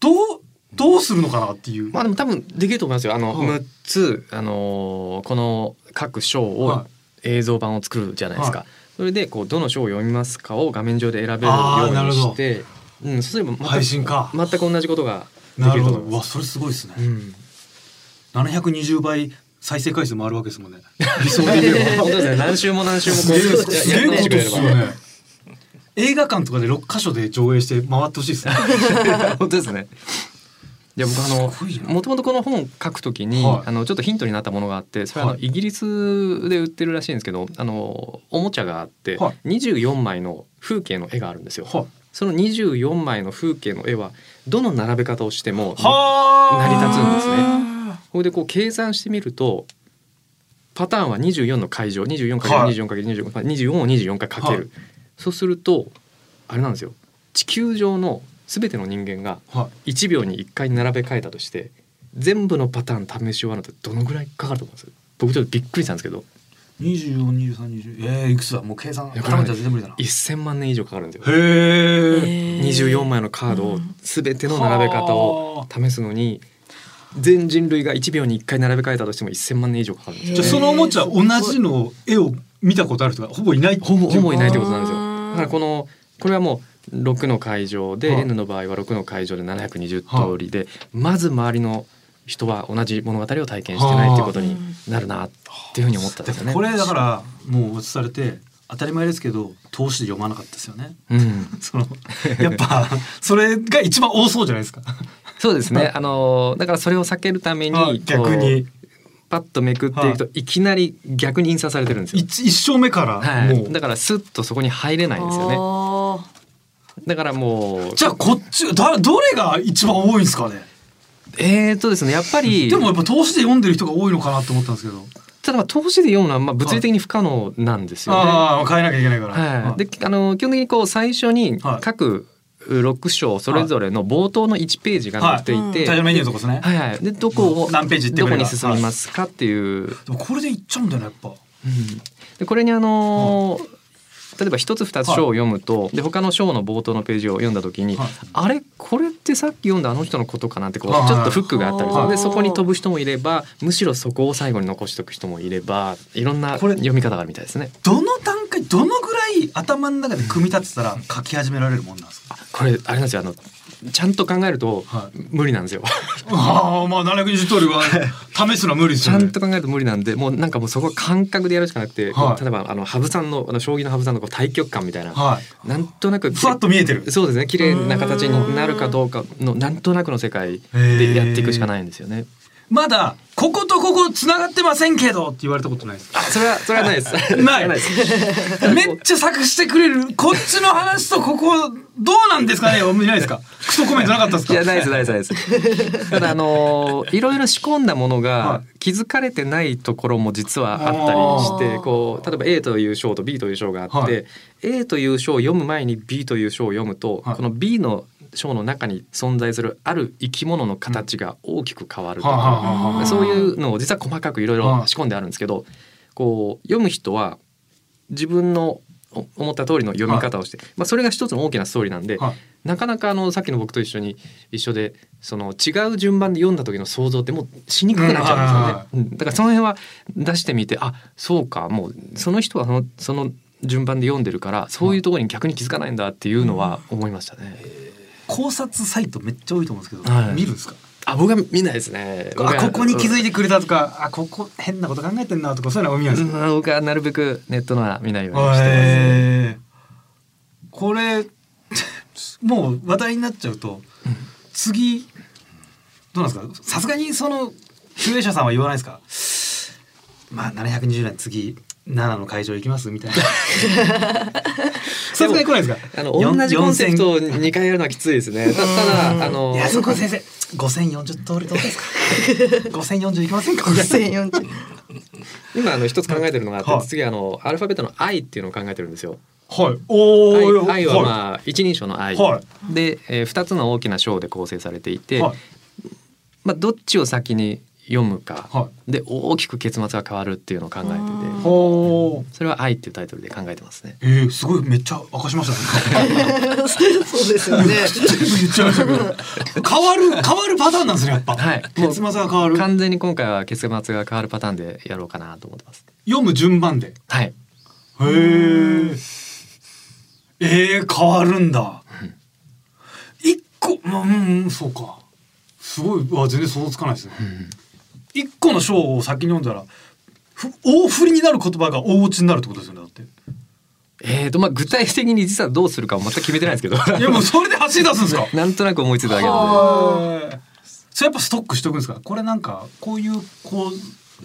Speaker 2: どう、どうするのかなっていう。
Speaker 6: まあでも多分できると思いますよ。あの
Speaker 2: はい
Speaker 6: 6つあのーこの各章
Speaker 2: は
Speaker 6: を映像版を作るじゃないですか。
Speaker 2: は
Speaker 6: それでこうどの章を読みますかを画面上で選べるよ
Speaker 2: あーな
Speaker 6: う
Speaker 2: る
Speaker 6: に
Speaker 2: ほど
Speaker 6: して、うん、そうすれば全く
Speaker 2: 配信か
Speaker 6: 全く同じことがで
Speaker 2: な
Speaker 6: き
Speaker 2: る
Speaker 6: ると
Speaker 2: ほ
Speaker 6: 思
Speaker 2: ど
Speaker 6: いうま
Speaker 2: わ
Speaker 6: す。
Speaker 2: それすごいですね、
Speaker 6: うん、
Speaker 2: 720倍再生回数もあるわけです (laughs) もんね理想で言えば
Speaker 6: 本当ですね。何週も何週もこ
Speaker 2: すげえ
Speaker 6: う
Speaker 2: すげえ
Speaker 6: やって
Speaker 2: こと
Speaker 6: く
Speaker 2: で
Speaker 6: れれ
Speaker 2: す
Speaker 6: ば
Speaker 2: よね映画館とかで6カ所で上映して回ってほしい (laughs) ですね
Speaker 6: 本当ですね。いや僕あの
Speaker 2: すごいな
Speaker 6: もともとこの本を書くときに、
Speaker 2: はい
Speaker 6: あのちょっとヒントになったものがあってそれはあの、
Speaker 2: はい
Speaker 6: イギリスで売ってるらしいんですけどあのおもちゃがあって、
Speaker 2: はい
Speaker 6: 24枚の風景の絵があるんですよ。
Speaker 2: はい
Speaker 6: その24枚の風景の絵はどの並べ方をしても
Speaker 2: は
Speaker 6: 成り立つんですね。
Speaker 2: あ
Speaker 6: これでこう計算してみるとパターンは24の階乗 24×24×24×24 24を24回かける、
Speaker 2: は
Speaker 6: そうするとあれなんですよ地球上の全ての人間が
Speaker 2: は
Speaker 6: 1秒に1回並べ替えたとして全部のパターン試し終わるのってどのぐらいかかると思います僕ちょっとびっくりしたんですけど
Speaker 2: い242320えー、いくつだもう計算
Speaker 6: いや
Speaker 2: 頭じゃ全然無理だなへ
Speaker 6: 1,000万年以上かかるんですよ。
Speaker 2: え
Speaker 6: 24枚のカードを全ての並べ方を試すのに全人類が1秒に1回並べ替えたとしても1,000万年以上かかるんですよ
Speaker 2: じゃあそのおもちゃ同じの絵を見たことある人がほぼいないっていう
Speaker 6: ほぼほぼいないってことなんです
Speaker 5: う
Speaker 6: よ。
Speaker 5: ーん
Speaker 6: だからこのこれはもう6の会場で、
Speaker 2: はい
Speaker 6: N の場合は6の会場で720通りで、まず周りの人は同じ物語を体験してないっていうことになるなっていうふうに思ったんですよね。
Speaker 2: これだからもう落ちされて当たり前ですけど通して読まなかったですよね
Speaker 6: うん、
Speaker 2: そのやっ
Speaker 6: (laughs)
Speaker 2: ぱそれが一番多そうじゃないですか
Speaker 6: そうです
Speaker 2: (laughs)
Speaker 6: ね。あのだからそれを避けるためにこう
Speaker 2: 逆に
Speaker 6: パッとめくっていくといきなり逆に印刷されてるんですよ。
Speaker 2: 一一生目から
Speaker 6: は
Speaker 2: もう、
Speaker 6: い。だからスッとそこに入れないんですよね。
Speaker 5: よ
Speaker 6: だからもう
Speaker 2: じゃあこっちだどれが一番多いんですかね
Speaker 6: えー、とですねやっぱ
Speaker 2: (laughs)
Speaker 6: り
Speaker 2: でもやっぱ投資で読んでる人が多いのかなって思ったんですけど、
Speaker 6: ただまあ投資で読むのはまあ物理的に不可能なんですよね。
Speaker 2: ああ変えなきゃいけないから、
Speaker 6: はい、であの基本的にこう最初に
Speaker 2: はい
Speaker 6: 各6章それぞれの冒頭の1ページが載ってい
Speaker 5: はい
Speaker 6: て、
Speaker 2: タイト
Speaker 6: はい
Speaker 2: ルメニューとかですね、
Speaker 6: はいでどこを
Speaker 2: 何ページって
Speaker 6: ど
Speaker 2: こ
Speaker 6: こと
Speaker 2: が
Speaker 6: に進みますかっていう、
Speaker 2: でもこれでいっちゃうんだよねやっぱ
Speaker 6: うんでこれにあのー例えば1つ2つ章を読むと、で他の章の冒頭のページを読んだ時に、
Speaker 2: はい
Speaker 6: あれこれってさっき読んだあの人のことかなってこう
Speaker 2: はい
Speaker 6: ちょっとフックがあったりする
Speaker 5: はい
Speaker 6: でそこに飛ぶ人もいればむしろそこを最後に残しておく人もいればいろんな
Speaker 2: これ
Speaker 6: 読み方があるみたいですね。
Speaker 2: どの段階どのぐらい頭の中で組み立てたら書き始められるもんなんですか
Speaker 6: これあれなんですよあのちゃんと考えると
Speaker 2: は
Speaker 6: 無理なん
Speaker 2: (laughs)
Speaker 6: ですよ。
Speaker 2: ああまあ720通り
Speaker 6: (laughs)
Speaker 2: は試すのは無理です
Speaker 6: ち
Speaker 2: よ
Speaker 6: ゃ
Speaker 2: ね
Speaker 6: んと考えると無理なんでもうなんかもうそこは感覚でやるしかなくて、
Speaker 2: はい
Speaker 6: こう例えばあの羽生さんのあの将棋の羽生さんのこう対局感みたいな、
Speaker 2: はい
Speaker 6: なんとなく
Speaker 2: ふわっと見えてる
Speaker 6: そうですね綺麗な形になるかどうかのなんとなくの世界でやっていくしかないんですよね。
Speaker 2: まだこことここ繋がってませんけどって言われたことない
Speaker 6: (laughs)
Speaker 2: です
Speaker 6: あそれはそれは (laughs) ないです。
Speaker 2: ない
Speaker 6: です。
Speaker 2: めっちゃ作してくれるこっちの話とここどうなんですかね見ないですかクソコメントなかったです
Speaker 6: い
Speaker 2: か
Speaker 6: やないですないですない (laughs) です。ただあのーいろいろ仕込んだもの
Speaker 2: は
Speaker 6: (laughs) が気づかれてないところも実はあったりして、
Speaker 5: あー
Speaker 6: こう例えば A という章と B という章があって、
Speaker 2: はい
Speaker 6: A という章を読む前に B という章を読むと、
Speaker 2: はい
Speaker 6: この B の章の中に存在するある生き物の形が大きく変わると
Speaker 2: はあ
Speaker 6: か、
Speaker 2: はあはあはあ
Speaker 6: そういうのを実は細かくいろい
Speaker 2: は
Speaker 6: ろ
Speaker 2: い
Speaker 6: 仕込んであるんですけど、こう読む人は自分のお思った通りの読み方をして、まあ、それが一つの大きなストーリーなんで、
Speaker 2: はい
Speaker 6: なかなかあのさっきの僕と一緒に一緒でその違う順番で読んだ時の想像ってもうしにくくなっちゃうんですよね、うんだからその辺は出してみてあそうかもうその人はそのその順番で読んでるからそういうところに逆に気づかないんだっていうのは思いましたね。
Speaker 2: 考察サイトめっちゃ多いと思うんですけど、
Speaker 6: はい
Speaker 2: 見るんですか。
Speaker 6: あ僕は見ないですね。
Speaker 2: あここに気づい
Speaker 6: て
Speaker 2: てくれたとか、あここ変なこと考えてんなとかそういうのは見ないですか。
Speaker 6: 僕はなるべくネットのは見ないようにしてます。
Speaker 2: えーこれもう話題になっちゃうと次どうなんですかさすがにその集英者さんは言わないですかまあ720年次7の会場行きますみたいなさすがに来ないですか
Speaker 6: あの
Speaker 2: よん
Speaker 6: 同じコンセプトを
Speaker 2: 4000
Speaker 6: 2回やるのはきついですね。たただあの
Speaker 2: いやそこ先生5040通りどうですか
Speaker 6: (laughs)
Speaker 2: 5040行きませんか
Speaker 5: 1040
Speaker 6: 今あの一つ考えてるのがあって、
Speaker 2: はい
Speaker 6: 次あのアルファベットの I っていうのを考えてるんですよ。
Speaker 2: はいお
Speaker 6: I,
Speaker 2: ー
Speaker 6: I はまあ一人称の I、
Speaker 2: は
Speaker 6: で、えー、2つの大きな章で構成されていて、
Speaker 2: はい
Speaker 6: まあどっちを先に読むか、
Speaker 2: は
Speaker 6: で大きく結末が変わるっていうのを考えてて、
Speaker 5: うん
Speaker 2: ほ
Speaker 6: それは I っていうタイトルで考えてますね。
Speaker 2: えー、すごいめっちゃ明かしましたね
Speaker 5: そうです (laughs) よね。
Speaker 2: 言っちゃいましたけど変わる変わるパターンなんですねやっぱ、
Speaker 6: はい
Speaker 2: 結末が変わる
Speaker 6: 完全に今回は結末が変わるパターンでやろうかなと思ってます。
Speaker 2: 読む順番でへ
Speaker 6: はい。
Speaker 2: ええー、変わるんだ一個まあうんうんそうかすごいわ全然想像つかないですね一、個の章を先に読んだらふ大振りになる言葉が大落ちになるってことですよねだって
Speaker 6: えーとまあ具体的に実はどうするかは全く決めてないんですけど
Speaker 2: いやもうそれで走り出すんですか
Speaker 6: (laughs) なんとなく思いついただけなん
Speaker 2: へーそれやっぱストックしておくんですかこれなんかこういうこ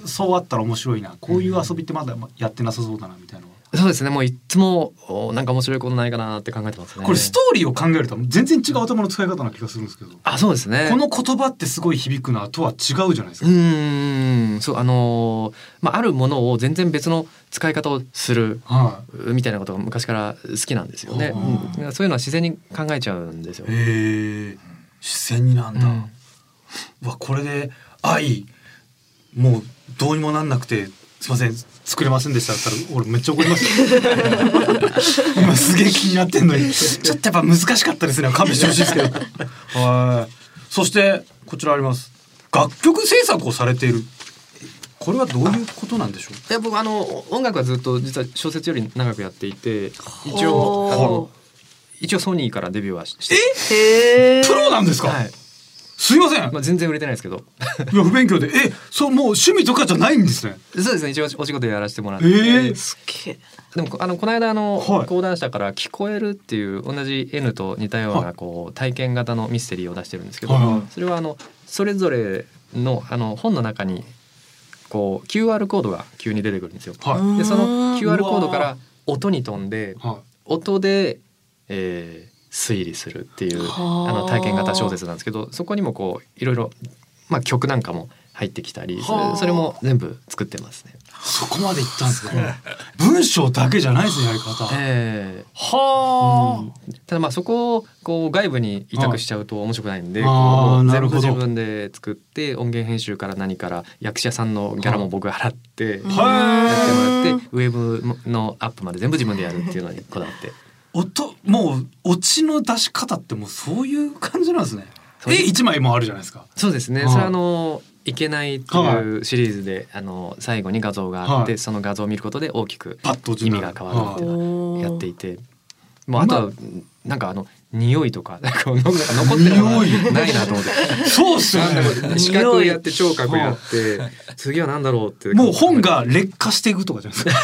Speaker 2: うそうあったら面白いなこういう遊びってまだやってなさそうだなみたいなのは
Speaker 6: でそうですねもういっつもおなんか面白いことないかなって考えてますね
Speaker 2: これストーリーを考えると全然違う頭の使い方な気がするんですけどこ
Speaker 6: あそうですね
Speaker 2: の言葉ってすごい響くなとは違うじゃないです
Speaker 6: う
Speaker 2: か。
Speaker 6: ーんそうあのーまああるものを全然別の使い方をする
Speaker 2: は
Speaker 6: みたいなことが昔から好きなんですよね、
Speaker 2: あ
Speaker 6: うんだからそういうのは自然に考えちゃうんですよ
Speaker 2: い、へえ視線になん
Speaker 6: う
Speaker 2: だ、
Speaker 6: ん
Speaker 2: うわこれで愛もうどうにもなんなくてすいません作れませんでしただったら俺めっちゃ怒りますよ
Speaker 6: (laughs)
Speaker 2: 今すげえ気になってんのにちょっとやっぱ難しかったですね勘弁してほしいですけどはいそしてこちらあります楽曲制作をされているこれはどういうことなんでしょう
Speaker 6: いや僕あの音楽はずっと実は小説より長くやっていて一応あの一応ソニーからデビューはしして
Speaker 5: へえ。
Speaker 2: プロなんですか、
Speaker 6: はい
Speaker 2: すいませんい
Speaker 6: ま
Speaker 2: や
Speaker 6: あ、全然売れてないですけど
Speaker 2: 不勉強でえそうもう趣味とかじゃないんですね
Speaker 6: そうですね一応お仕事やらせてもらって、
Speaker 2: ええ
Speaker 5: すっげえ。
Speaker 6: でもこあのこの間あの、
Speaker 2: はい
Speaker 6: 講談社から「聞こえる」っていう同じ N と似たよう
Speaker 2: は
Speaker 6: なこう体験型のミステリーを出してるんですけど、
Speaker 2: はいはい
Speaker 6: それはあのそれぞれのあの本の中にこう QR コードが急に出てくるんですよ。
Speaker 2: は
Speaker 6: でその
Speaker 5: う
Speaker 6: QR
Speaker 5: ん
Speaker 6: コードから音に飛んで
Speaker 2: い、はい
Speaker 6: 音で、えー推理するっていう
Speaker 5: はあ
Speaker 6: あの体験型小説なんですけどそこにもこういろいろ、まあ、曲なんかも入ってきたりそ
Speaker 5: は
Speaker 6: れ
Speaker 5: あ
Speaker 6: それも全部作ってますね。
Speaker 2: そこまで行ったんですね。文章だけじゃないですね、やり方。
Speaker 6: えー
Speaker 2: は
Speaker 6: ただまあそこをこう外部に委託しちゃうと面白くないんで、
Speaker 2: はい
Speaker 6: こ
Speaker 2: あー
Speaker 6: う
Speaker 2: なる
Speaker 6: 全
Speaker 2: ほ
Speaker 6: 部
Speaker 2: ど
Speaker 6: 自分で作って音源編集から何から役者さんのギャラも僕が払ってやってもらって
Speaker 5: う
Speaker 6: ウェブのアップまで全部自分でやるっていうのにこだわって
Speaker 2: 音、もう、オチの出し方ってもうそういう感じなんですね。
Speaker 6: そう
Speaker 2: 絵
Speaker 6: です
Speaker 2: 一枚もあるじゃないですか。
Speaker 6: そうですね
Speaker 2: はい
Speaker 6: それはあの「いけない」っていうシリーズであの最後に画像があって、
Speaker 2: はい
Speaker 6: その画像を見ることで大きく
Speaker 2: パッと
Speaker 6: 意味が変わるっていうのをやっていてもうあとはなんかあの匂いとかなんか残ってるの
Speaker 2: 匂い
Speaker 6: がないなと思って。
Speaker 2: る。そうっすよね。
Speaker 6: 視覚やって聴覚やって次は何だろうって
Speaker 2: もう本が劣化していくとかじゃないですか。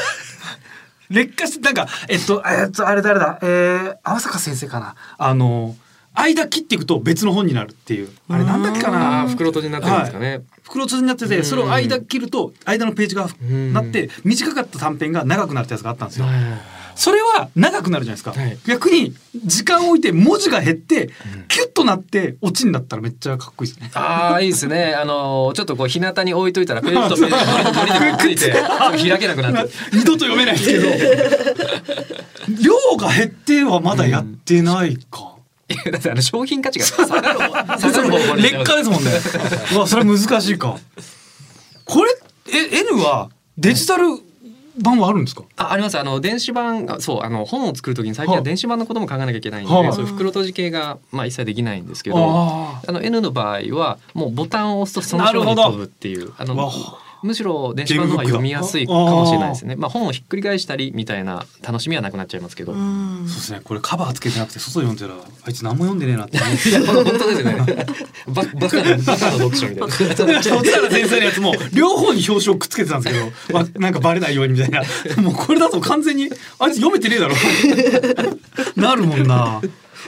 Speaker 2: 劣化して、なんか、えっと、えっと、あれ誰だ、えー、青坂先生かな。あの、間切っていくと別の本になるっていう。あれなんだっけかな
Speaker 6: あー。袋閉じになってるんですかね、
Speaker 2: 袋閉じになって
Speaker 6: う
Speaker 2: て
Speaker 6: ん
Speaker 2: それを間切ると間のページが
Speaker 6: ん
Speaker 2: なって短かった短編が長くなるってやつがあったんですよ。
Speaker 6: は
Speaker 2: それは長くなるじゃないですか、
Speaker 6: はい
Speaker 2: 逆に時間を置いて文字が減ってキュッとなってオチになったらめっちゃかっこいいですね。
Speaker 6: ああいいですねあのーちょっとこう日向に置いといたらページとページがくっついて開けなくなって
Speaker 2: (laughs) 二度と読めないですけど (laughs) 量が減ってはまだやってないか。
Speaker 6: いやだってあの商品価値が下がる方下がる方向に
Speaker 2: 劣化です (laughs) もんね。うわそれ難しいか。これえ N はデジタル版はあるんですか。
Speaker 6: あありますあの電子版あそうあの本を作るときに最近は電子版のことも考えなきゃいけないんで、
Speaker 2: はい
Speaker 6: そういう袋閉じ系がまあ一切できないんですけどあ
Speaker 2: あ
Speaker 6: の N の場合はもうボタンを押すとその
Speaker 2: な
Speaker 6: 章
Speaker 2: るほ
Speaker 6: に
Speaker 2: ど
Speaker 6: 飛ぶっていうあ
Speaker 2: あ。
Speaker 6: の
Speaker 2: わ
Speaker 6: むしろ電子版の方が読みやすいかもしれないですねまあ本をひっくり返したりみたいな楽しみはなくなっちゃいますけど、
Speaker 5: うん
Speaker 2: そうですね。これカバーつけてなくて外読んでたらあいつ何も読んでねえなって思う。
Speaker 6: いやこれ本当ですよねババカなバカな読書みたい
Speaker 2: (laughs)
Speaker 6: な
Speaker 2: そしたら先生のやつも両方に表紙をくっつけてたんですけど、わなんかバレないようにみたいな。もうこれだと完全にあいつ読めてねえだろ。なるもんな。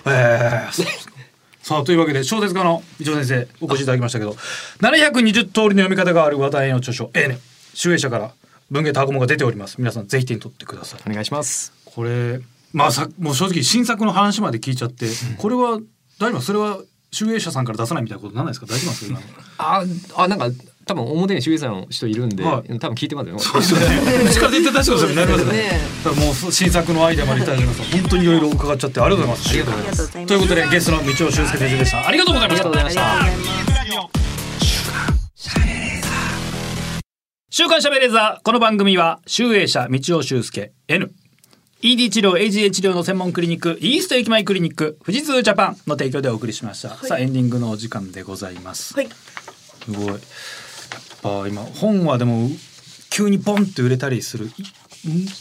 Speaker 2: えーそうさあというわけで小説家の伊藤先生お越しいただきましたけど720通りの読み方がある話題の著書「エーネ」集英社から文芸タコモが出ております皆さんぜひ手に取ってください
Speaker 6: お願いします
Speaker 2: これまあさもう正直新作の話まで聞いちゃってこれは大丈夫それは集英社さんから出さないみたいなことなんないですか大丈夫なんですか今の
Speaker 6: ああなんか多分表に周囲さんの人いるんで、
Speaker 2: は
Speaker 6: 多分聞いてますよ
Speaker 2: そう
Speaker 6: (laughs)
Speaker 2: ですよね。口から出て出してくださいになりますよね。だからもう新作のアイデアまでいただきました。本当にいろいろ伺っちゃってありがとうございます。ありがとうございます。ということでゲストの道尾俊介先生でした。ありがとうございました。ありがとうございました。週刊しゃべれーザーこの番組は集英社道尾修介 N ED 治療 AGA 治療の専門クリニックイースト駅前クリニック富士通ジャパンの提供でお送りしました、さあエンディングのお時間でございます、
Speaker 5: はい
Speaker 2: すごいやっぱ今本はでも急にポンって売れたりするい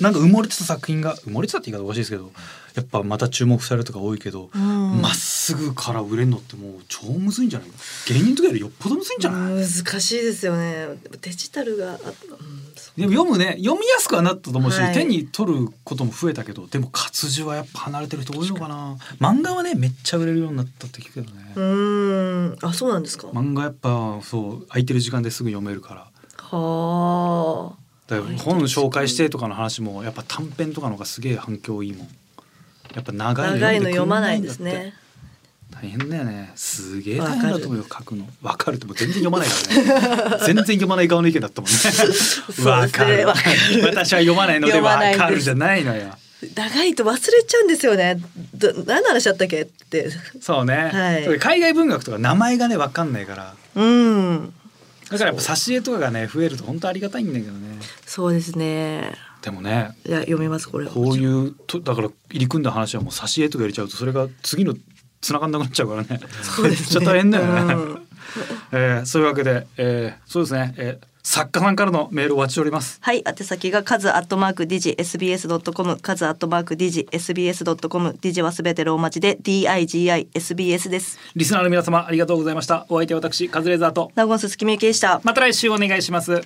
Speaker 2: なんか埋もれてた作品が埋もれてたって言い方おかしいですけどやっぱまた注目されるとか多いけど
Speaker 5: ん
Speaker 2: ま、っすぐから売れるのってもう超むずいんじゃない芸人とかよりよっぽどむずいんじゃない、
Speaker 5: 難しいですよねデジタルがあうんそ
Speaker 2: でも読むね読みやすくはなったと思うし、
Speaker 5: はい
Speaker 2: 手に取ることも増えたけどでも活字はやっぱ離れてる人多いのかな漫画はねめっちゃ売れるようになったって聞くけどね、
Speaker 5: ううんあそうなんですか、
Speaker 2: 漫画やっぱそう空いてる時間ですぐ読めるから
Speaker 5: はあ
Speaker 2: だから本紹介してとかの話もやっぱ短編とかの方がすげえ反響いいもんやっぱ長いの
Speaker 5: 長いの読まない
Speaker 2: ん
Speaker 5: で
Speaker 2: だっ
Speaker 5: す
Speaker 2: て
Speaker 5: ね
Speaker 2: 大変だよねすげえ大変だと思うよ書くのわかるってもう全然読まないからね全然読まない側の意見だ
Speaker 5: (laughs)
Speaker 2: ったもんねわかる
Speaker 5: わか
Speaker 2: 私は読まないので
Speaker 5: 読ま
Speaker 2: わ
Speaker 5: ないんです
Speaker 2: かるじゃないのよ
Speaker 5: 長いと忘れちゃうんですよねど何の話だったっけって
Speaker 2: そうね、
Speaker 5: はい
Speaker 2: それ海外文学とか名前がね分かんないから
Speaker 5: うん
Speaker 2: だからやっぱ挿絵とかがね増えると本当ありがたいんだけどね
Speaker 5: そうですね
Speaker 2: でもね
Speaker 5: いや読みますこれは
Speaker 2: こういうとだから入り組んだ話はもう挿絵とか入れちゃうとそれが次の繋がんなくなっちゃうからね
Speaker 5: そうですね
Speaker 2: めっちゃ大変だよね、
Speaker 5: うん
Speaker 2: (laughs) えーそういうわけで、えーそうですね、えー作家さんからのメールをお待ちしております
Speaker 5: はい、宛先がカズアットマークディジ SBS ドットコム、カズアットマークディジ SBS ドットコム、ディジはすべてローマ字で D I G I S B S です。
Speaker 2: リスナーの皆様ありがとうございましたお相手は私カズレーザーと
Speaker 5: 名古屋鈴木みゆきでした。
Speaker 2: また来週お願いします